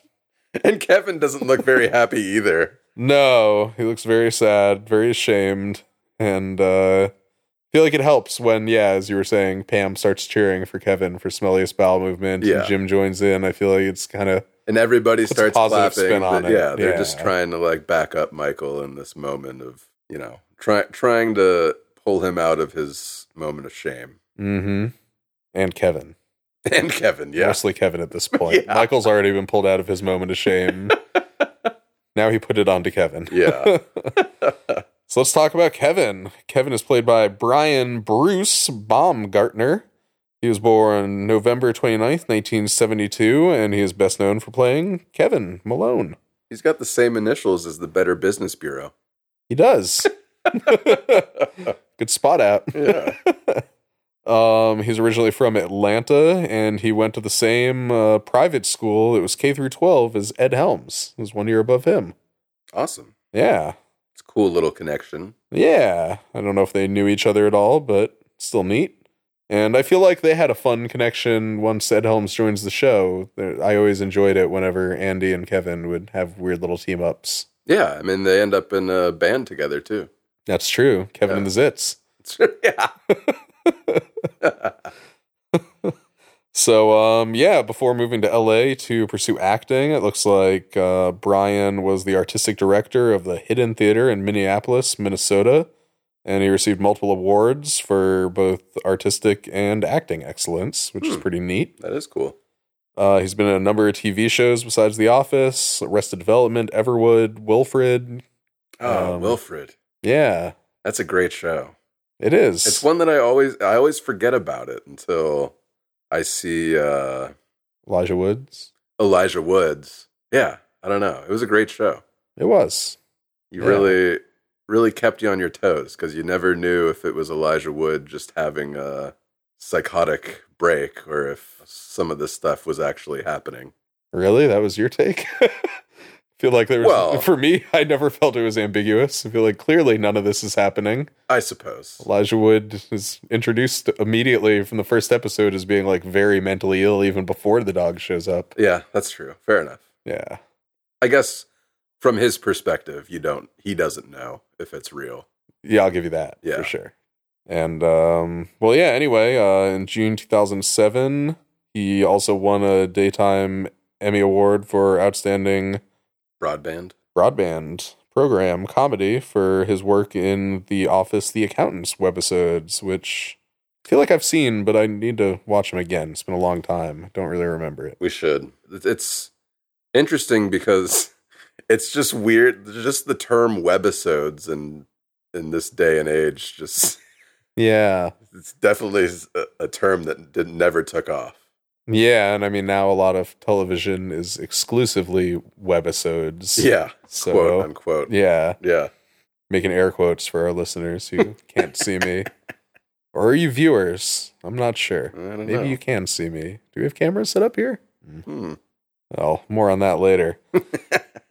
And Kevin doesn't look very happy either. No, he looks very sad, very ashamed, and uh I feel like it helps when, yeah, as you were saying, Pam starts cheering for Kevin for smelliest bowel movement, Yeah. and Jim joins in. I feel like it's kind of And everybody Puts a starts positive clapping. spin but on it. yeah, they're just Yeah. trying to like back up Michael in this moment of, you know, try, trying to pull him out of his moment of shame. mm-hmm. and Kevin, And Kevin, yeah. mostly Kevin at this point. Yeah. Michael's already been pulled out of his moment of shame. now he put it on to Kevin. Yeah. So let's talk about Kevin. Kevin is played by Brian Bruce Baumgartner. He was born November 29th, 1972, and he is best known for playing Kevin Malone. He's got the same initials as the Better Business Bureau. He does. Good spot out. Yeah. Um, he's originally from Atlanta, and he went to the same uh, private school. It was K through 12 as Ed Helms. It was one year above him. awesome. Yeah. It's a cool little connection. Yeah, I don't know if they knew each other at all, but still neat. And I feel like they had a fun connection once Ed Helms joins the show. There- I always enjoyed it whenever Andy and Kevin would have weird little team ups. Yeah, I mean they end up in a band together too. That's true. Kevin Yeah. and the Zits. yeah. So, um, yeah, before moving to LA to pursue acting, it looks like uh, Brian was the artistic director of the Hidden Theater in Minneapolis, Minnesota. And he received multiple awards for both artistic and acting excellence, which is pretty neat. That is cool. Uh, he's been in a number of TV shows besides The Office, Arrested Development, Everwood, Wilfred. Oh, Um, Wilfred. Yeah, That's a great show. it is. It's one that I always I always forget about it until I see uh Elijah Woods. Elijah Woods. Yeah, I don't know. It was a great show. It was. You Yeah. really really kept you on your toes because you never knew if it was Elijah Wood just having a psychotic break or if some of this stuff was actually happening. Really? That was your take? feel like there was Well- for me, I never felt it was ambiguous. I feel like clearly none of this is happening. I suppose. Elijah Wood is introduced immediately from the first episode as being like very mentally ill even before the dog shows up. Yeah, that's true. Fair enough. Yeah. I guess from his perspective, you don't he doesn't know if it's real. Yeah, I'll give you that Yeah. for sure. And um, well, yeah. Anyway, uh, in June 2007, he also won a daytime Emmy Award for outstanding Broadband. broadband program comedy for his work in the Office: The Accountants webisodes, which I feel like I've seen, but I need to watch them again. It's been a long time. I don't really remember it. We should. It- It's interesting because it's just weird. Just the term webisodes and in this day and age, just Yeah, it's definitely s- a, a term that did, never took off. yeah. And I mean, now a lot of television is exclusively webisodes. Yeah, So- quote unquote. yeah. yeah. making air quotes for our listeners who can't see me. Or are you viewers? I'm not sure. I don't Maybe know. you can see me. Do we have cameras set up here? Hmm. Oh, more on that later.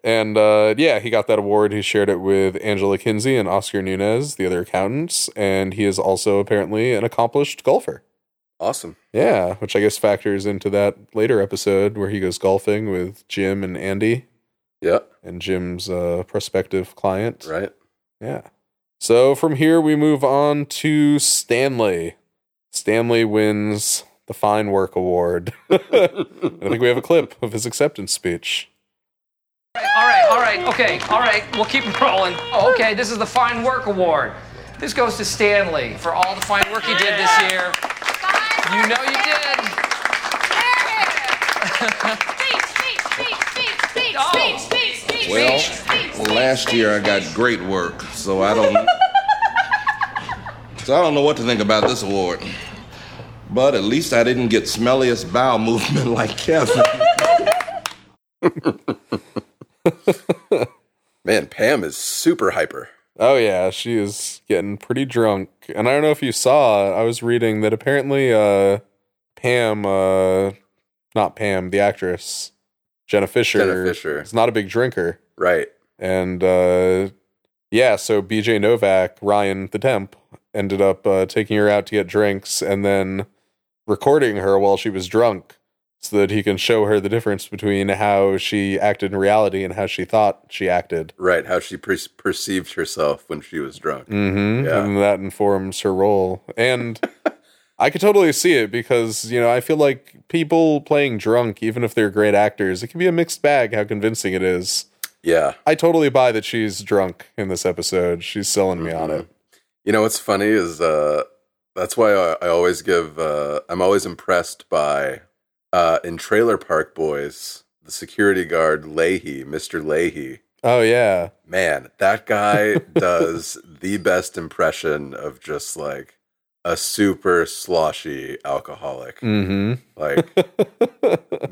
and uh, yeah, he got that award. He shared it with Angela Kinsey and Oscar Nunez, the other accountants. And he is also apparently an accomplished golfer. Awesome. Yeah, which I guess factors into that later episode where he goes golfing with Jim and Andy Yeah. and Jim's uh, prospective client. Right. Yeah. So from here we move on to Stanley. Stanley wins the Fine Work Award. I think we have a clip of his acceptance speech. All right, all right, okay, all right, we'll keep it rolling. Oh, okay, this is the Fine Work Award. This goes to Stanley for all the fine work he did this year. You know you did. Well, last year I got great work, so I don't. so I don't know what to think about this award. But at least I didn't get smelliest bowel movement like Kevin. Man, Pam is super hyper. Oh yeah, she is getting pretty drunk. And I don't know if you saw, I was reading that apparently uh Pam uh not Pam, the actress, Jenna Fisher, Jenna Fisher. is not a big drinker. Right. And uh yeah, so BJ Novak, Ryan the temp, ended up uh taking her out to get drinks and then recording her while she was drunk so that he can show her the difference between how she acted in reality and how she thought she acted. Right. How she per- perceived herself when she was drunk. hmm Yeah. And that informs her role. And I could totally see it because, you know, I feel like people playing drunk, even if they're great actors, it can be a mixed bag how convincing it is. Yeah. I totally buy that she's drunk in this episode. She's selling me on Mm-hmm. it. You know what's funny is uh, that's why I, I always give. Uh, I'm always impressed by uh, in Trailer Park Boys the security guard Leahy, Mr. Leahy. Oh, yeah. Man, that guy does the best impression of just like a super sloshy alcoholic. hmm Like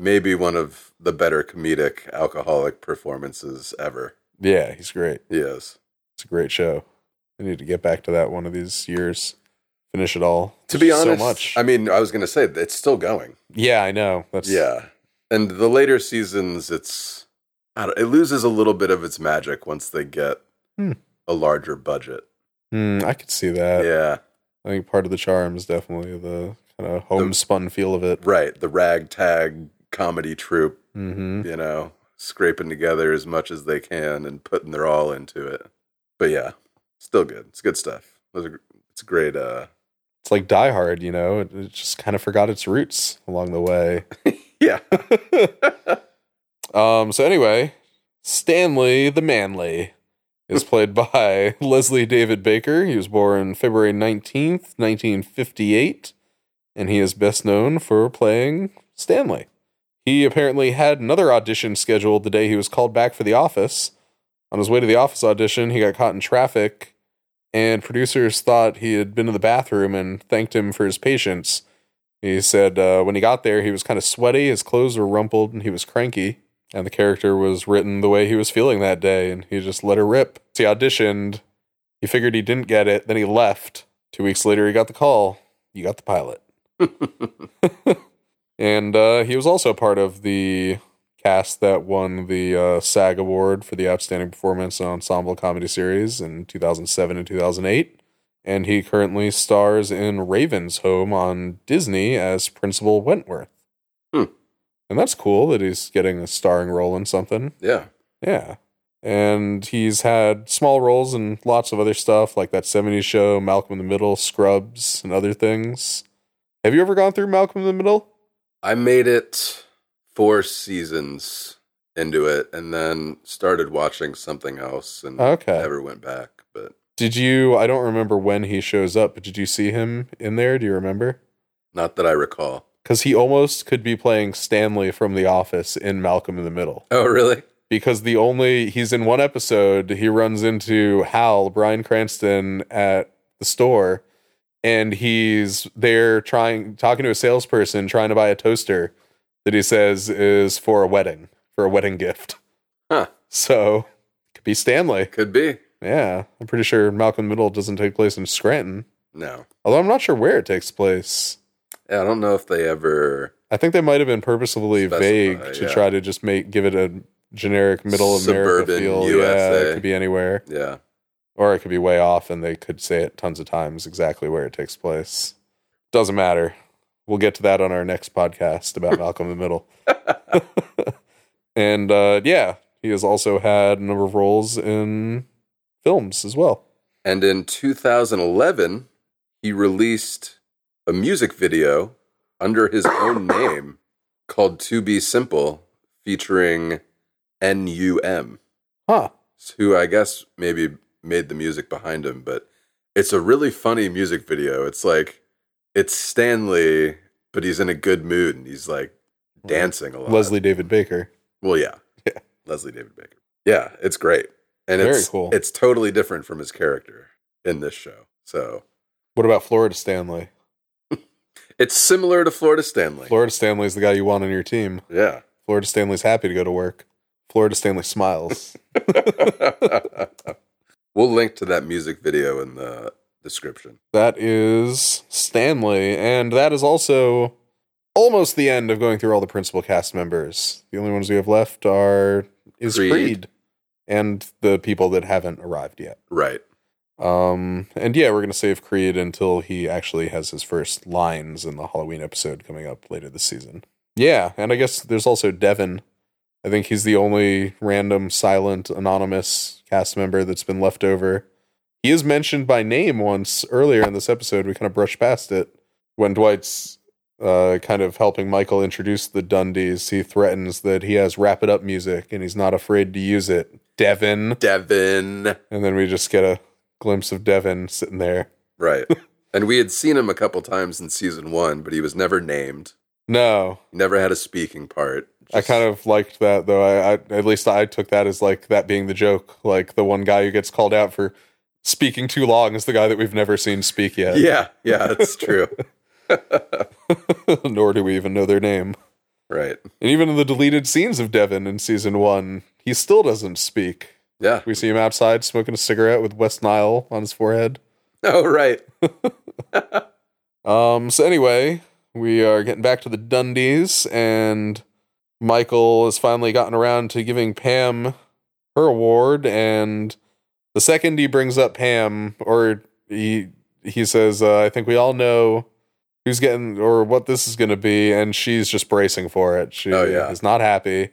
maybe one of the better comedic alcoholic performances ever. Yeah, he's great. He is. It's a great show. I need to get back to that one of these years. Finish it all. To be There's honest, so much. I mean, I was going to say it's still going. yeah, I know. That's Yeah, and the later seasons, it's I don't, it loses a little bit of its magic once they get Hmm. a larger budget. Hmm, I could see that. yeah, I think part of the charm is definitely the kind of homespun feel of it. right. The ragtag comedy troupe, Mm-hmm. you know, scraping together as much as they can and putting their all into it. But yeah, still good. It's good stuff. Those are, it's great. Uh, It's like Die Hard, you know. It, it just kind of forgot its roots along the way. yeah, Um. So anyway, Stanley the Manly is played by Leslie David Baker. He was born February nineteenth, nineteen fifty-eight, and he is best known for playing Stanley. He apparently had another audition scheduled the day he was called back for the office. On his way to the office audition, he got caught in traffic, and producers thought he had been to the bathroom and thanked him for his patience. He said uh, when he got there, he was kind of sweaty, his clothes were rumpled, and he was cranky. And the character was written the way he was feeling that day, and he just let her rip. So he auditioned. He figured he didn't get it. Then he left. Two weeks later, he got the call. You got the pilot. and uh, he was also part of the cast that won the uh, SAG Award for the Outstanding Performance in Ensemble Comedy Series in 2007 and 2008 and he currently stars in Raven's Home on Disney as Principal Wentworth. Hmm. And that's cool that he's getting a starring role in something. yeah. Yeah. And he's had small roles in lots of other stuff, like that 70s show, Malcolm in the Middle, Scrubs, and other things. Have you ever gone through Malcolm in the Middle? I made it four seasons into it, and then started watching something else, and Okay. never went back. But Did you? I don't remember when he shows up, but did you see him in there? Do you remember? not that I recall. Because he almost could be playing Stanley from The Office in Malcolm in the Middle. Oh, really? because the only he's in one episode he runs into Hal Brian Cranston at the store and he's there trying talking to a salesperson trying to buy a toaster that he says is for a wedding for a wedding gift Huh. so could be Stanley Could be. yeah I'm pretty sure Malcolm Middle doesn't take place in Scranton No. although I'm not sure where it takes place Yeah, I don't know if they ever I think they might have been purposefully Specify, vague to yeah. try to just make give it a generic middle America Suburban feel yeah USA. it could be anywhere yeah. or it could be way off and they could say it tons of times exactly where it takes place. Doesn't matter. We'll get to that on our next podcast about Malcolm in the Middle. and uh, yeah, he has also had a number of roles in films as well. And in 2011, he released a music video under his own name called To Be Simple featuring NUM, Huh. who I guess maybe made the music behind him, but It's a really funny music video. It's like it's Stanley, but he's in a good mood and he's like dancing a lot. Leslie David Baker. Well, yeah. Yeah. Leslie David Baker. Yeah, it's great. And Very it's cool. it's totally different from his character in this show. So What about Florida Stanley? it's similar to Florida Stanley. Florida Stanley's the guy you want on your team. yeah. Florida Stanley's happy to go to work. Florida Stanley smiles. we'll link to that music video in the description. that is Stanley, and that is also almost the end of going through all the principal cast members. The only ones we have left are is Creed. Creed, and the people that haven't arrived yet. Right. Um, and yeah, we're gonna save Creed until he actually has his first lines in the Halloween episode coming up later this season. Yeah, and I guess there's also Devin. I think he's the only random, silent, anonymous cast member that's been left over. He is mentioned by name once earlier in this episode. We kind of brushed past it when Dwight's uh, kind of helping Michael introduce the Dundies. He threatens that he has wrap it up music and he's not afraid to use it. Devin. Devin. And then we just get a glimpse of Devin sitting there. Right. and we had seen him a couple times in season one, but he was never named. No, He never had a speaking part. I kind of liked that though. I, I at least I took that as like that being the joke. Like the one guy who gets called out for speaking too long is the guy that we've never seen speak yet. Yeah, yeah, that's true. Nor do we even know their name. right. And even in the deleted scenes of Devin in season one, he still doesn't speak. Yeah. We see him outside smoking a cigarette with West Nile on his forehead. Oh, right. Um, so anyway, we are getting back to the Dundies, and Michael has finally gotten around to giving Pam her award, and the second he brings up Pam, or he he says, uh, "I think we all know who's getting or what this is going to be," and she's just bracing for it. She Oh, yeah. is not happy,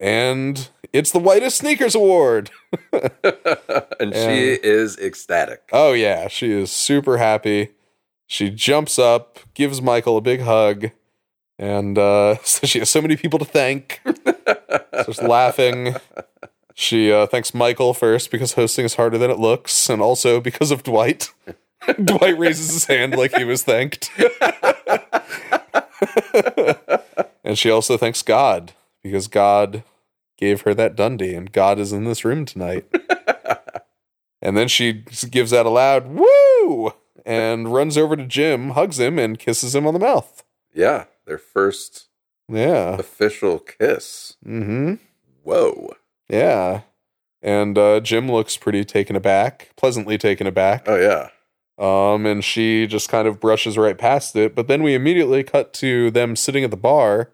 and it's the whitest sneakers award. and she Yeah. is ecstatic. Oh yeah, she is super happy. She jumps up, gives Michael a big hug, and uh, so she has so many people to thank. Just laughing. She uh, thanks Michael first because hosting is harder than it looks, and also because of Dwight. Dwight raises his hand like he was thanked. and she also thanks God because God gave her that Dundee, and God is in this room tonight. And then she just gives out a loud woo and runs over to Jim, hugs him, and kisses him on the mouth. Yeah, their first Yeah. official kiss. Mm-hmm. Whoa. Yeah. And uh, Jim looks pretty taken aback, pleasantly taken aback. Oh, yeah. Um, and she just kind of brushes right past it. But then we immediately cut to them sitting at the bar.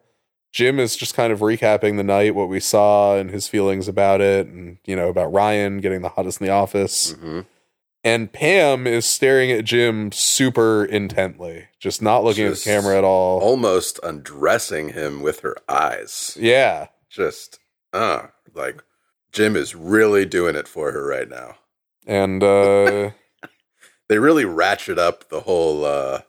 Jim is just kind of recapping the night, what we saw, and his feelings about it, and you know about Ryan getting the hottest in the office. hmm and Pam is staring at Jim super intently, just not looking Just- at the camera at all. Almost undressing him with her eyes. yeah, Just, uh, like Jim is really doing it for her right now. and uh, They really ratchet up the whole, uh,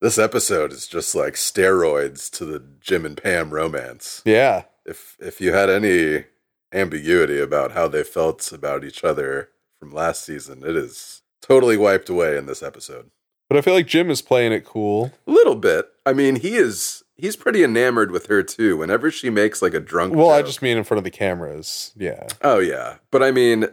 this episode is just like steroids to the Jim and Pam romance. yeah, if if you had any ambiguity about how they felt about each other from last season, it is totally wiped away in this episode. but I feel like Jim is playing it cool. A little bit. I mean, he is he's pretty enamored with her too. Whenever she makes like a drunk Well, I joke- just mean in front of the cameras. Yeah, Oh yeah. But I mean,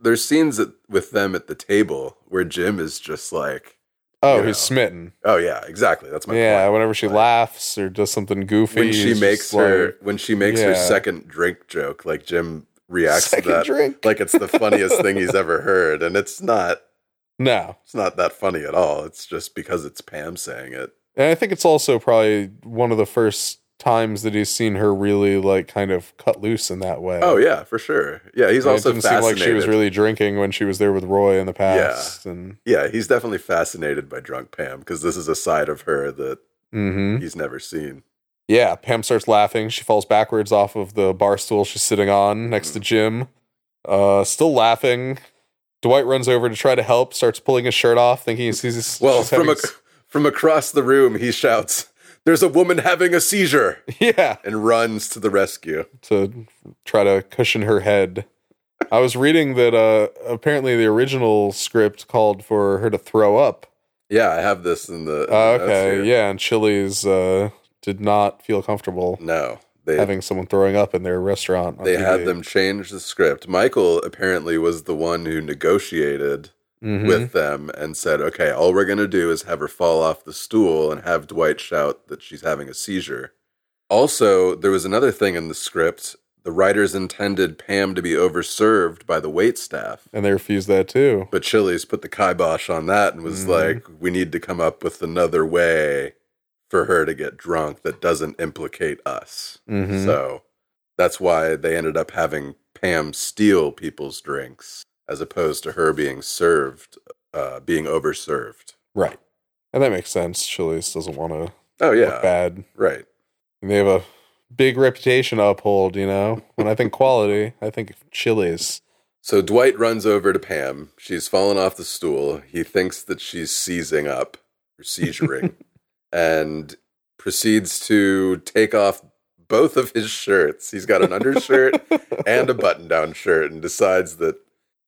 there's scenes at, with them at the table where Jim is just like, oh, You know. he's smitten. "Oh yeah, exactly. That's my Yeah, point." whenever she laughs or does something goofy, When she he's makes just like, her when she makes her Yeah. second drink joke, like Jim reacts to second that drink, like it's the funniest thing he's ever heard and it's not no. it's not that funny at all. It's just because it's Pam saying it. And I think it's also probably one of the first times that he's seen her really like kind of cut loose in that way. Oh yeah, for sure. Yeah, he's And also it didn't seem like fascinated. she was really drinking when she was there with Roy in the past, and yeah, he's definitely fascinated by drunk Pam because this is a side of her that hmm he's never seen. Yeah, Pam starts laughing. She falls backwards off of the bar stool she's sitting on next Mm. to Jim. Uh, still laughing. Dwight runs over to try to help, starts pulling his shirt off, thinking he sees his. Well, she's from having ac from across the room, he shouts, "There's a woman having a seizure!" s- yeah, and runs to the rescue. to try to cushion her head. I was reading that uh, apparently the original script called for her to throw up. Yeah, I have this in the. in Uh, the notes here. okay, yeah, and Chili's uh, did not feel comfortable No, they having someone throwing up in their restaurant. on they had TV. them change the script. Michael apparently was the one who negotiated Mhm. with them and said, "Okay, all we're going to do is have her fall off the stool and have Dwight shout that she's having a seizure." Also, there was another thing in the script. The writers intended Pam to be overserved by the wait staff. and they refused that too. But Chili's put the kibosh on that and was like, we need to come up with another way for her to get drunk that doesn't implicate us. Mhm. So that's why they ended up having Pam steal people's drinks as opposed to her being served, uh, being overserved. Right, and that makes sense. Chili's doesn't want to Oh, look yeah. bad, Right. and they have a big reputation to uphold. You know, when I think quality, I think Chili's. So Dwight runs over to Pam. She's fallen off the stool. He thinks that she's seizing up or seizuring and proceeds to take off both of his shirts. He's got an undershirt and a button down shirt and decides that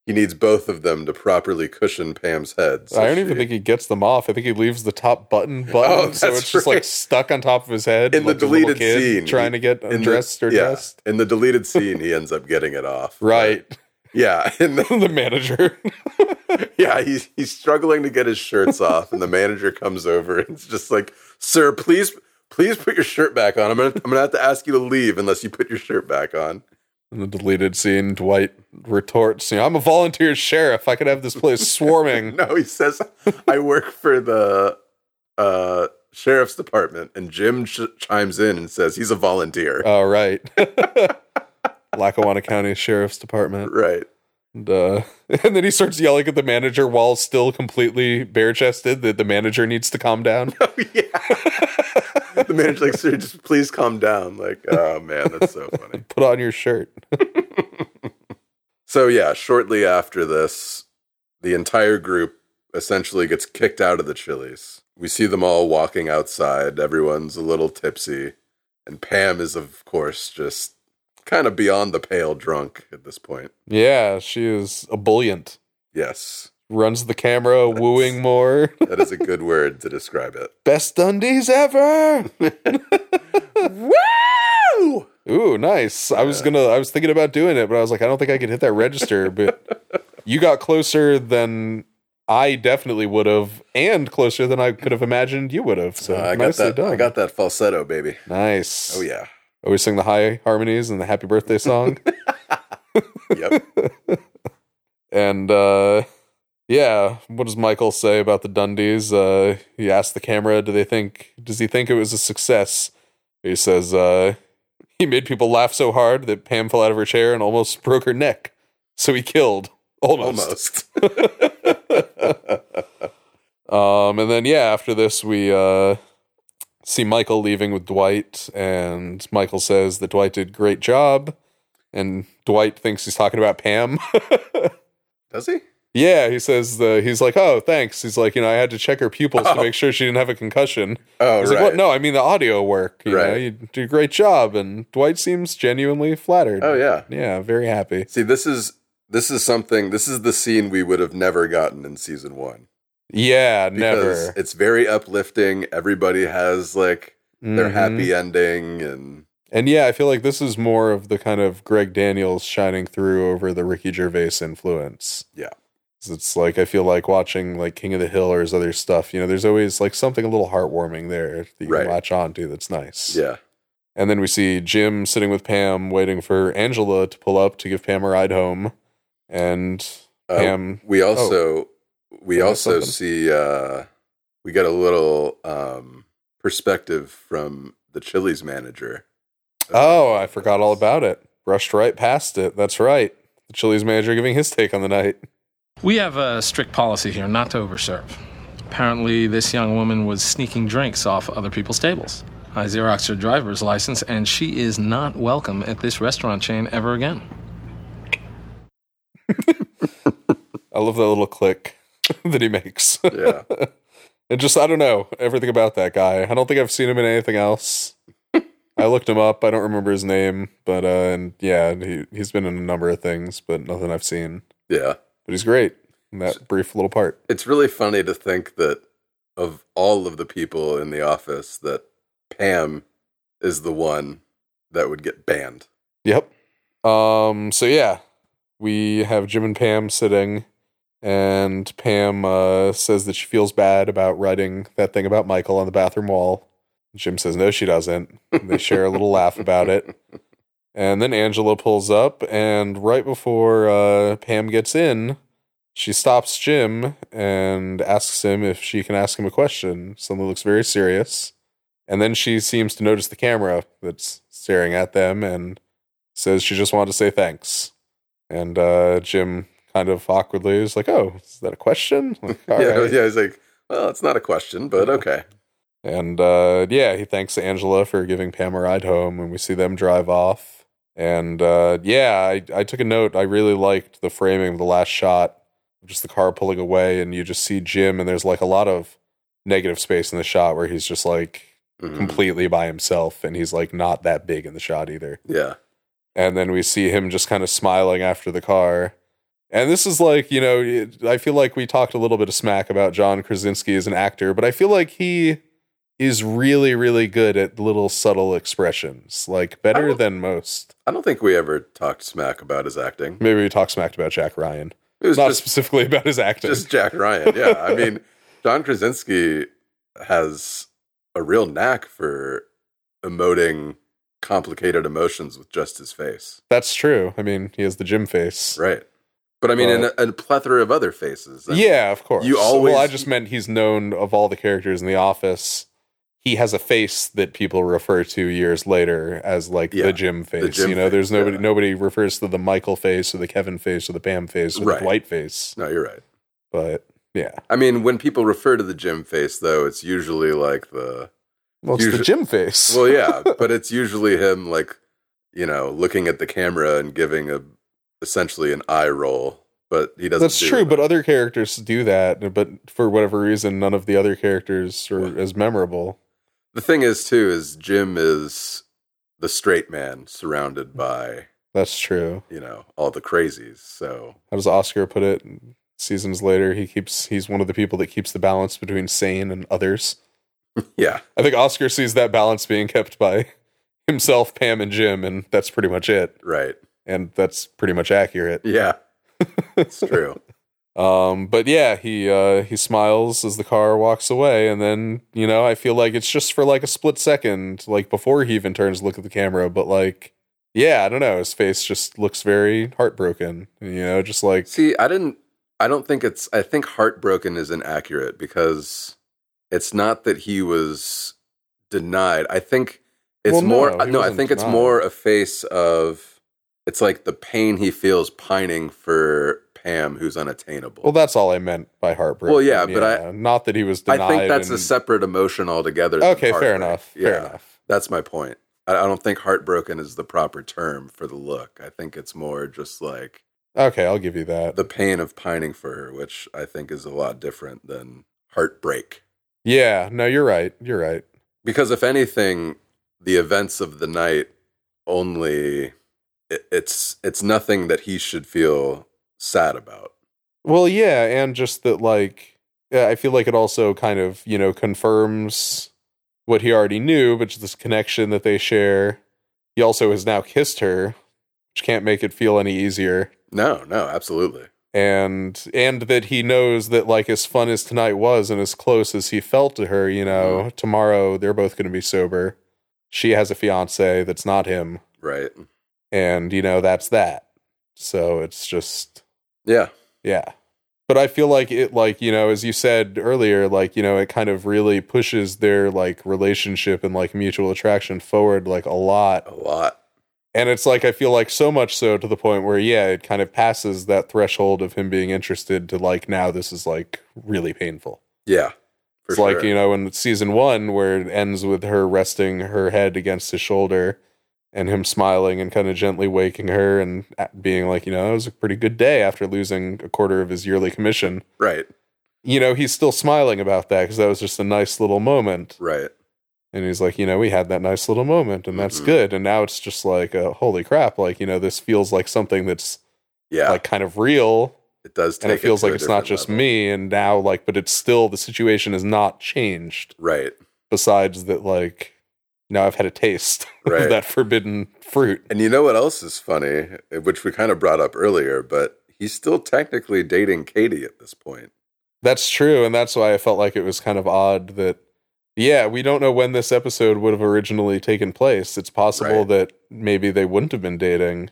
he needs both of them to properly cushion Pam's head. So I don't even she- think he gets them off. I think he leaves the top button button, so that's it's just like right. stuck on top of his head. in the like a little deleted kid scene. trying to get in the- undressed or yeah, dressed. In the deleted scene, he ends up getting it off. Right, Yeah. In the, the manager. Yeah, he's he's struggling to get his shirts off, and the manager comes over and it's just like, "Sir, please, please put your shirt back on. I'm gonna I'm gonna have to ask you to leave unless you put your shirt back on." In the deleted scene, Dwight retorts, you know, I'm a volunteer sheriff. I could have this place swarming. No, he says, "I work for the uh, sheriff's department," and Jim ch- chimes in and says, "He's a volunteer." All right. Lackawanna County Sheriff's Department. right. And, uh, and then he starts yelling at the manager while still completely bare chested that the manager needs to calm down. The manager's like, "Sir, just please calm down." Like, oh man, that's so funny. Put on your shirt. So yeah, shortly after this, the entire group essentially gets kicked out of the Chili's. We see them all walking outside. Everyone's a little tipsy, and Pam is of course just kind of beyond the pale drunk at this point. Yeah, she is ebullient. Yes, Runs the camera, wooing more. that is a good word to describe it. Best Dundies ever. Woo! Ooh, nice. I was gonna I was thinking about doing it, but I was like, I don't think I could hit that register, but you got closer than I definitely would have, and closer than I could have imagined you would have. So Uh, I got nicely that. done. I got that falsetto, baby. nice. Oh yeah. Always sing the high harmonies and the happy birthday song. Yep. and uh yeah, what does Michael say about the Dundies? Uh he asked the camera, do they think does he think it was a success? He says uh he made people laugh so hard that Pam fell out of her chair and almost broke her neck. So he killed Almost. Um, and then yeah, after this we uh, see Michael leaving with Dwight, and Michael says that Dwight did great job, and Dwight thinks he's talking about Pam. Does he? yeah, he says the he's like, oh, thanks. He's like, you know, I had to check her pupils to make sure she didn't have a concussion. Oh He's right. like, what? No, I mean the audio work. You know, Right. you do a great job, and Dwight seems genuinely flattered. Oh yeah. yeah, very happy. See, this is this is something. This is the scene we would have never gotten in season one. Yeah, because never. It's very uplifting. Everybody has like their Mhm. happy ending, and And yeah, I feel like this is more of the kind of Greg Daniels shining through over the Ricky Gervais influence. Yeah. 'Cause It's like I feel like watching like King of the Hill or his other stuff, you know, there's always like something a little heartwarming there that you Right. can latch on to that's nice. yeah, And then we see Jim sitting with Pam waiting for Angela to pull up to give Pam a ride home. And Uh, Pam we also we I missed also something. see uh, we get a little um, perspective from the Chili's manager. Um, Oh, I forgot all about it. Rushed right past it. That's right. The Chili's manager giving his take on the night. We have a strict policy here not to overserve. Apparently, this young woman was sneaking drinks off other people's tables. I Xeroxed her driver's license, and she is not welcome at this restaurant chain ever again. I love that little click that he makes. Yeah, And just I don't know everything about that guy. I don't think I've seen him in anything else. I looked him up. I don't remember his name, but uh, and yeah, he he's been in a number of things, but nothing I've seen. Yeah. But he's great in that brief little part. It's really funny to think that of all of the people in the office, that Pam is the one that would get banned. Yep. Um. So yeah, we have Jim and Pam sitting, and Pam uh, says that she feels bad about writing that thing about Michael on the bathroom wall. Jim says no, she doesn't. And they share a little laugh about it, and then Angela pulls up, and right before uh, Pam gets in, she stops Jim and asks him if she can ask him a question. Something that looks very serious. And then she seems to notice the camera that's staring at them and says she just wanted to say thanks. And uh, Jim kind of awkwardly is like, "Oh, is that a question?" Like, "All yeah, right." yeah. He's like, well, it's not a question, but okay. And uh, yeah, he thanks Angela for giving Pam a ride home, and we see them drive off. And uh, yeah, I, I took a note. I really liked the framing of the last shot, just the car pulling away, and you just see Jim, and there's like a lot of negative space in the shot where he's just like completely by himself, and he's like not that big in the shot either. Yeah. and then we see him just kind of smiling after the car. And this is like, you know, it- I feel like we talked a little bit of smack about John Krasinski as an actor, but I feel like he is really, really good at little subtle expressions, like better than most. I don't think we ever talked smack about his acting. Maybe we talked smacked about Jack Ryan. It was Not just- specifically about his acting. Just Jack Ryan. Yeah. I mean, John Krasinski has a real knack for emoting complicated emotions with just his face. That's true. I mean, he has the gym face. Right. But I mean, in But- a, a plethora of other faces. I mean, yeah, of course. You always. Well, I just meant he's known of all the characters in The Office. He has a face that people refer to years later as like Yeah, the Jim face. Jim you know, there's face, nobody nobody refers to the Michael face or the Kevin face or the Pam face or Right. the Dwight face. No, you're right. But yeah, I mean, when people refer to the Jim face, though, it's usually like the. well, it's the Usually- Jim face. Well, yeah, but it's usually him, like, you know, looking at the camera and giving a essentially an eye roll, but he doesn't. That's do true, it. but other characters do that. But for whatever reason, none of the other characters are as memorable. the thing is, too, is Jim is the straight man Mm. surrounded by That's true. you know all the crazies. So How does Oscar put it? Seasons later, he keeps he's one of the people that keeps the balance between sane and others. yeah, I think Oscar sees that balance being kept by himself, Pam, and Jim, and that's pretty much it. right, And that's pretty much accurate. yeah, it's true. Um, but yeah, he uh, he smiles as the car walks away, and then you know I feel like it's just for like a split second, like before he even turns to look at the camera. But like, yeah, I don't know, his face just looks very heartbroken. You know, just like See, I didn't. I don't think it's. I think heartbroken is inaccurate because it's not that he was denied. I think it's Well, no, more. he No, I wasn't think it's denied. more a face of. It's like the pain he feels pining for Pam, who's unattainable. well, that's all I meant by heartbroken. Well, yeah, but I- not that he was denied. I think that's a and- separate emotion altogether. than okay. Fair heartbreak. enough. Yeah, Fair enough. That's my point. I, I don't think heartbroken is the proper term for the look. I think it's more just like Okay, I'll give you that. the pain of pining for her, which I think is a lot different than heartbreak. Yeah, no, you're right. You're right. Because if anything, the events of the night only it, it's it's nothing that he should feel sad about. Well, yeah, and just that, like, yeah, I feel like it also kind of, you know, confirms what he already knew, which is this connection that they share. He also has now kissed her, which can't make it feel any easier. No, no, absolutely. And and that he knows that like as fun as tonight was and as close as he felt to her, you know, tomorrow they're both going to be sober. She has a fiance that's not him, Right. and you know that's that. So it's just Yeah. yeah. But I feel like it like, you know, as you said earlier, like, you know, it kind of really pushes their like relationship and like mutual attraction forward like a lot. A lot. And it's like I feel like so much so to the point where yeah, it kind of passes that threshold of him being interested to like now this is like really painful. Yeah. For it's like, you know, in season 1 where it ends with her resting her head against his shoulder and him smiling and kind of gently waking her and uh, being like, you know, it was a pretty good day after losing a quarter of his yearly commission Right. you know, he's still smiling about that because that was just a nice little moment. Right. And he's like, you know, we had that nice little moment, and Mm-hmm. that's good. And now it's just like, uh, holy crap! Like, you know, this feels like something that's, Yeah. like kind of real. It does, and it take it feels to like a it's not different just me. And now, like, but it's still the situation is not changed. Right. Besides that, like, now I've had a taste Right. of that forbidden fruit. And you know what else is funny, eh, which we kind of brought up earlier, but he's still technically dating Katie at this point. That's true, and that's why I felt like it was kind of odd that yeah, we don't know when this episode would have originally taken place. It's possible Right. that maybe they wouldn't have been dating.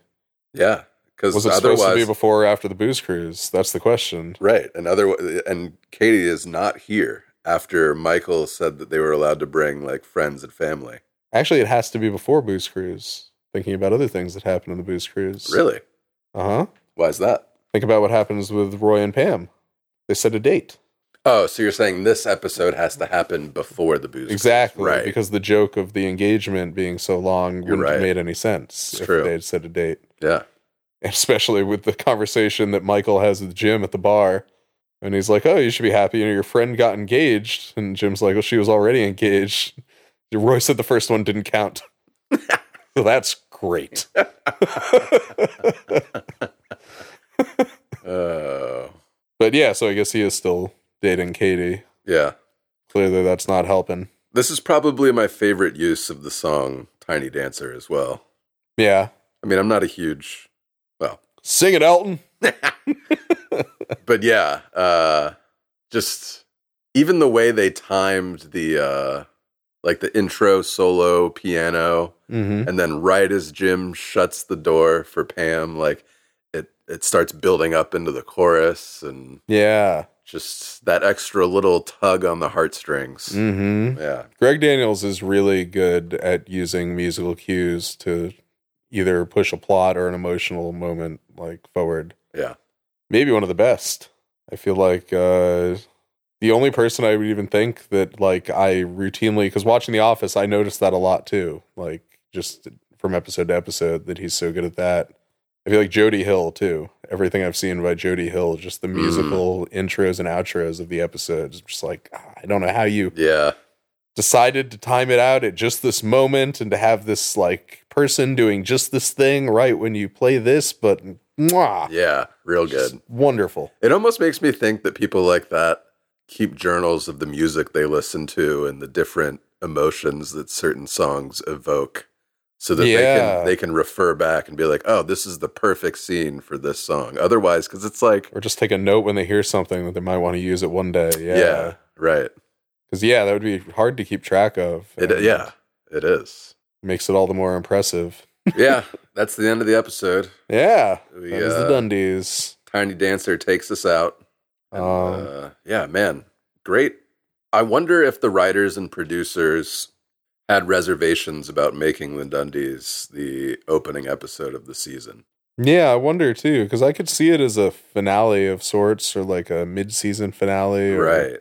Yeah, because Was it supposed to be otherwise- before or after the booze cruise? That's the question. Right. And other and Katie is not here after Michael said that they were allowed to bring like friends and family. Actually, it has to be before booze cruise. Thinking about other things that happened on the booze cruise. Really? Uh huh. Why is that? Think about what happens with Roy and Pam. They set a date. Oh, so you're saying this episode has to happen before the booze? Exactly. Right. Because the joke of the engagement being so long wouldn't have right. made any sense It's if true. they had set a date. Yeah. Especially with the conversation that Michael has with Jim at the bar. And he's like, Oh, you should be happy. You know, your friend got engaged. And Jim's like, Well, she was already engaged. Roy said the first one didn't count. so that's great. Oh. But yeah, so I guess he is still dating Katie. Yeah. Clearly, that's not helping. This is probably my favorite use of the song Tiny Dancer as well. Yeah. I mean, I'm not a huge well, Sing it, Elton. but yeah, uh just even the way they timed the uh like the intro solo piano Mm-hmm. and then right as Jim shuts the door for Pam, like it it starts building up into the chorus and Yeah. just that extra little tug on the heartstrings. Mm-hmm. Yeah. Greg Daniels is really good at using musical cues to either push a plot or an emotional moment like forward. Yeah. Maybe one of the best. I feel like uh the only person I would even think that like I routinely cuz watching The Office I noticed that a lot too. Like just from episode to episode that he's so good at that. I feel like Jody Hill too. Everything I've seen by Jody Hill, just the musical intros and outros of the episodes, just like ah, I don't know how you Yeah. decided to time it out at just this moment and to have this like person doing just this thing right when you play this, but mwah, Yeah. Real good. wonderful. It almost makes me think that people like that keep journals of the music they listen to and the different emotions that certain songs evoke so that they Yeah. can they can refer back and be like, "Oh, this is the perfect scene for this song." Otherwise, cuz it's like, Or just take a note when they hear something that they might want to use it one day. yeah, Yeah. right. Because, yeah. that would be hard to keep track of. It uh, and yeah, it is. Makes it all the more impressive. yeah, that's the end of the episode. Yeah. We, that is the uh, Dundies. Tiny Dancer takes us out. Um, Uh, yeah, man, great. I wonder if the writers and producers had reservations about making the Dundies the opening episode of the season. yeah, I wonder too, because I could see it as a finale of sorts or like a mid season finale. or- Right.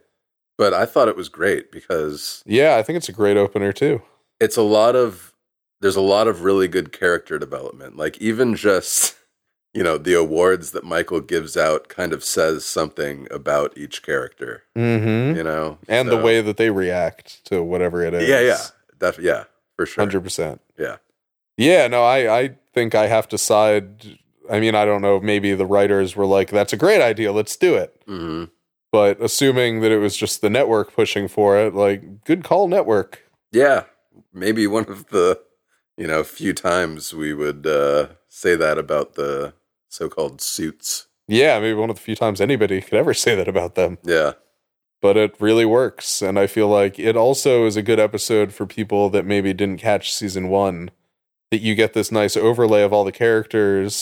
But I thought it was great because Yeah, I think it's a great opener too. it's a lot of there's a lot of really good character development like even just you know the awards that michael gives out kind of says something about each character Mm hmm. you know and the So- way that they react to whatever it is. yeah yeah that yeah for sure hundred percent. yeah Yeah, no, I I think I have to side. I mean, I don't know. Maybe the writers were like, "That's a great idea. Let's do it." hmm But assuming that it was just the network pushing for it, like, good call, network. yeah maybe one of the you know few times we would uh say that about the so-called suits Yeah, maybe one of the few times anybody could ever say that about them. yeah But it really works, and I feel like it also is a good episode for people that maybe didn't catch season one. That you get this nice overlay of all the characters.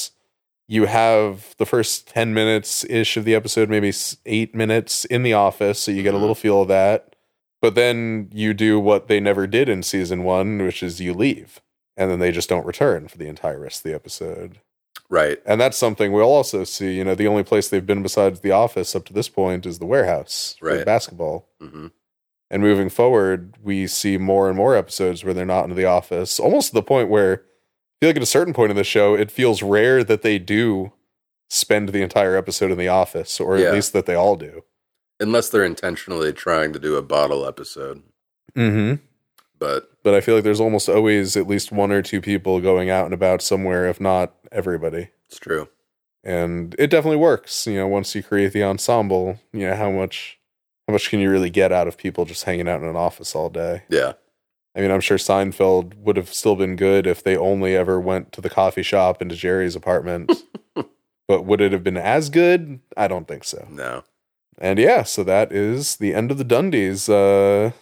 you have the first 10 minutes ish of the episode, maybe s- eight minutes in the office. So you get a little feel of that. But then you do what they never did in season one, which is you leave. And then they just don't return for the entire rest of the episode. right And that's something we'll also see. You know, the only place they've been besides the office up to this point is the warehouse for Right. basketball. hmm And moving forward, we see more and more episodes where they're not in the office, almost to the point where I feel like at a certain point in the show, it feels rare that they do spend the entire episode in the office, or Yeah. at least that they all do. unless they're intentionally trying to do a bottle episode Mm-hmm. But but I feel like there's almost always at least one or two people going out and about somewhere, if not everybody. It's true. And it definitely works, you know, once you create the ensemble, you know, how much how much can you really get out of people just hanging out in an office all day? Yeah. I mean, I'm sure Seinfeld would have still been good if they only ever went to the coffee shop and to Jerry's apartment. but would it have been as good? I don't think so. No. And yeah, so that is the end of the Dundies. Uh,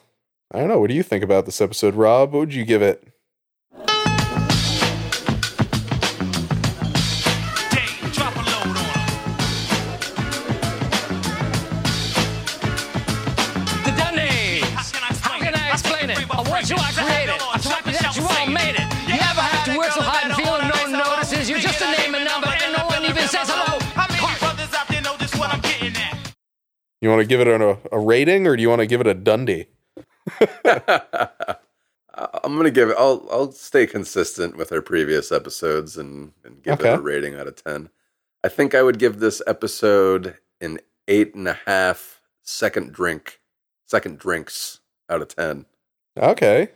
I don't know. What do you think about this episode, Rob? What would you give it? The Dundies. How can I explain it? I want you, I create it. I top of that, you all made it. You never have to work so hard and feel no one notices. You're just a name and number, and no one even says hello. You want to give it a, a rating or do you want to give it a Dundee? I'm gonna give it. I'll I'll stay consistent with our previous episodes and and give Okay. it a rating out of ten. I think I would give this episode an eight and a half second drink, second drinks out of ten. Okay.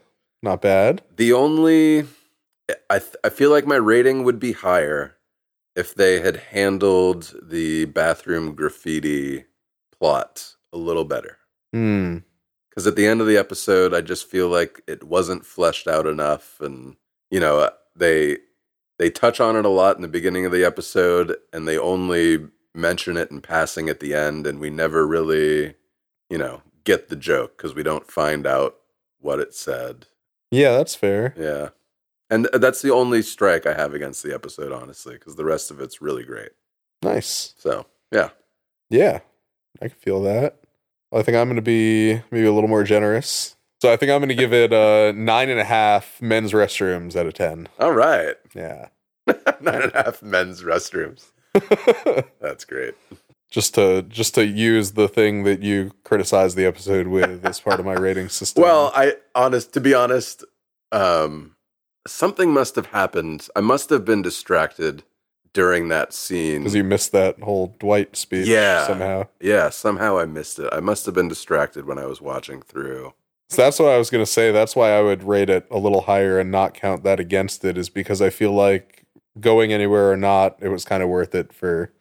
Not bad. The only I th- I feel like my rating would be higher if they had handled the bathroom graffiti plot a little better. Hmm. Because at the end of the episode, I just feel like it wasn't fleshed out enough, and you know uh, they they touch on it a lot in the beginning of the episode, and they only mention it in passing at the end, and we never really you know get the joke because we don't find out what it said. Yeah, that's fair. Yeah, and uh, that's the only strike I have against the episode, honestly, because the rest of it's really great. Nice. So yeah, Yeah, I can feel that. I think I'm going to be maybe a little more generous. So I think I'm going to give it uh nine and a half men's restrooms out of 10. all right, Yeah. nine and a half men's restrooms. That's great. Just to just to use the thing that you criticize the episode with as part of my rating system. Well, I honest to be honest, um, something must have happened. I must have been distracted during that scene. because you missed that whole Dwight speech Yeah. somehow. yeah, somehow I missed it. I must have been distracted when I was watching through. So that's what I was going to say. That's why I would rate it a little higher and not count that against it, is because I feel like going anywhere or not, it was kind of worth it for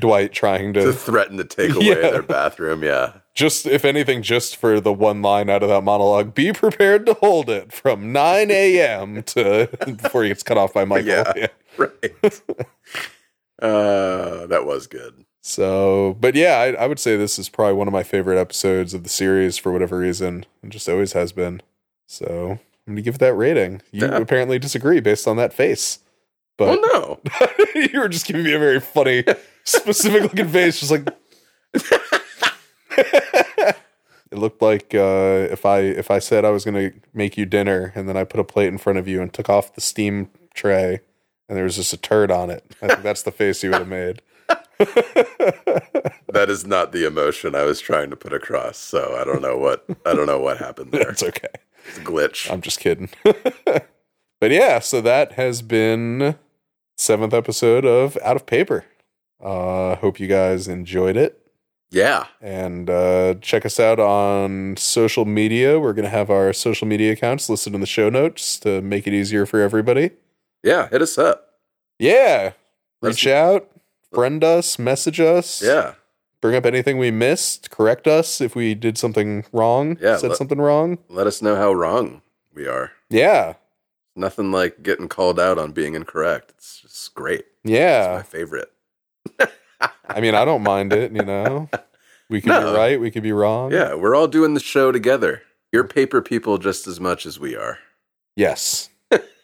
Dwight trying To to threaten to take away Yeah. their bathroom, yeah. just if anything, just for the one line out of that monologue, be prepared to hold it from 9 a.m. to before he gets cut off by Michael. Yeah. Right. uh that was good. So, but yeah, I, I would say this is probably one of my favorite episodes of the series for whatever reason, and just always has been. So, I'm gonna give it that rating. You Yeah. apparently disagree based on that face, Oh but no. you were just giving me a very funny, specific looking face, just like. It looked like uh, if I if I said I was gonna make you dinner and then I put a plate in front of you and took off the steam tray and there was just a turd on it. I think that's the face you would have made. That is not the emotion I was trying to put across. So I don't know what I don't know what happened there. That's okay. It's a glitch. I'm just kidding. but yeah, so that has been seventh episode of Out of Paper. Uh hope you guys enjoyed it. yeah. And uh check us out on social media. We're gonna have our social media accounts listed in the show notes to make it easier for everybody. Yeah, hit us up. Yeah. Let's- Reach out, friend us, message us. Yeah. Bring up anything we missed, correct us if we did something wrong, Yeah, said let- something wrong. let us know how wrong we are. Yeah. Nothing like getting called out on being incorrect. It's just great. Yeah. My favorite. I mean, I don't mind it, you know. We could No. be right, we could be wrong. Yeah, we're all doing the show together. You're paper people just as much as we are. Yes.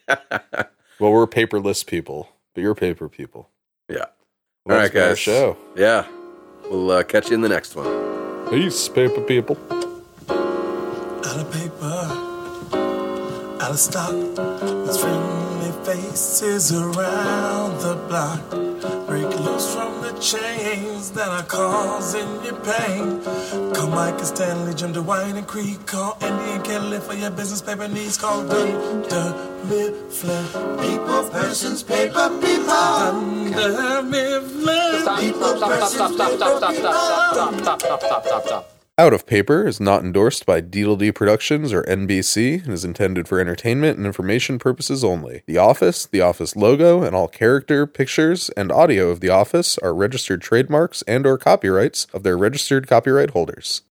Well, we're paperless people, but you're paper people. yeah. Well, all that's right, been our guys. show. Yeah. We'll uh, catch you in the next one. Peace, paper people. Out of paper, out of stock. There's friendly faces around the block. Break loose from the chains that are causing you pain. Call Mike and Stanley, Jim DeWine and Creek. Call Andy and Kelly for your business paper needs. Call Dunder Mifflin. People, persons, paper, people. Dunder Mifflin. Stop, stop, stop, stop, stop, stop, stop, stop, stop, stop, stop, stop, stop, stop, stop. Out of Paper is not endorsed by Deedledee Productions or NBC and is intended for entertainment and information purposes only. The Office, The Office logo, and all character, pictures, and audio of The Office are registered trademarks and or copyrights of their registered copyright holders.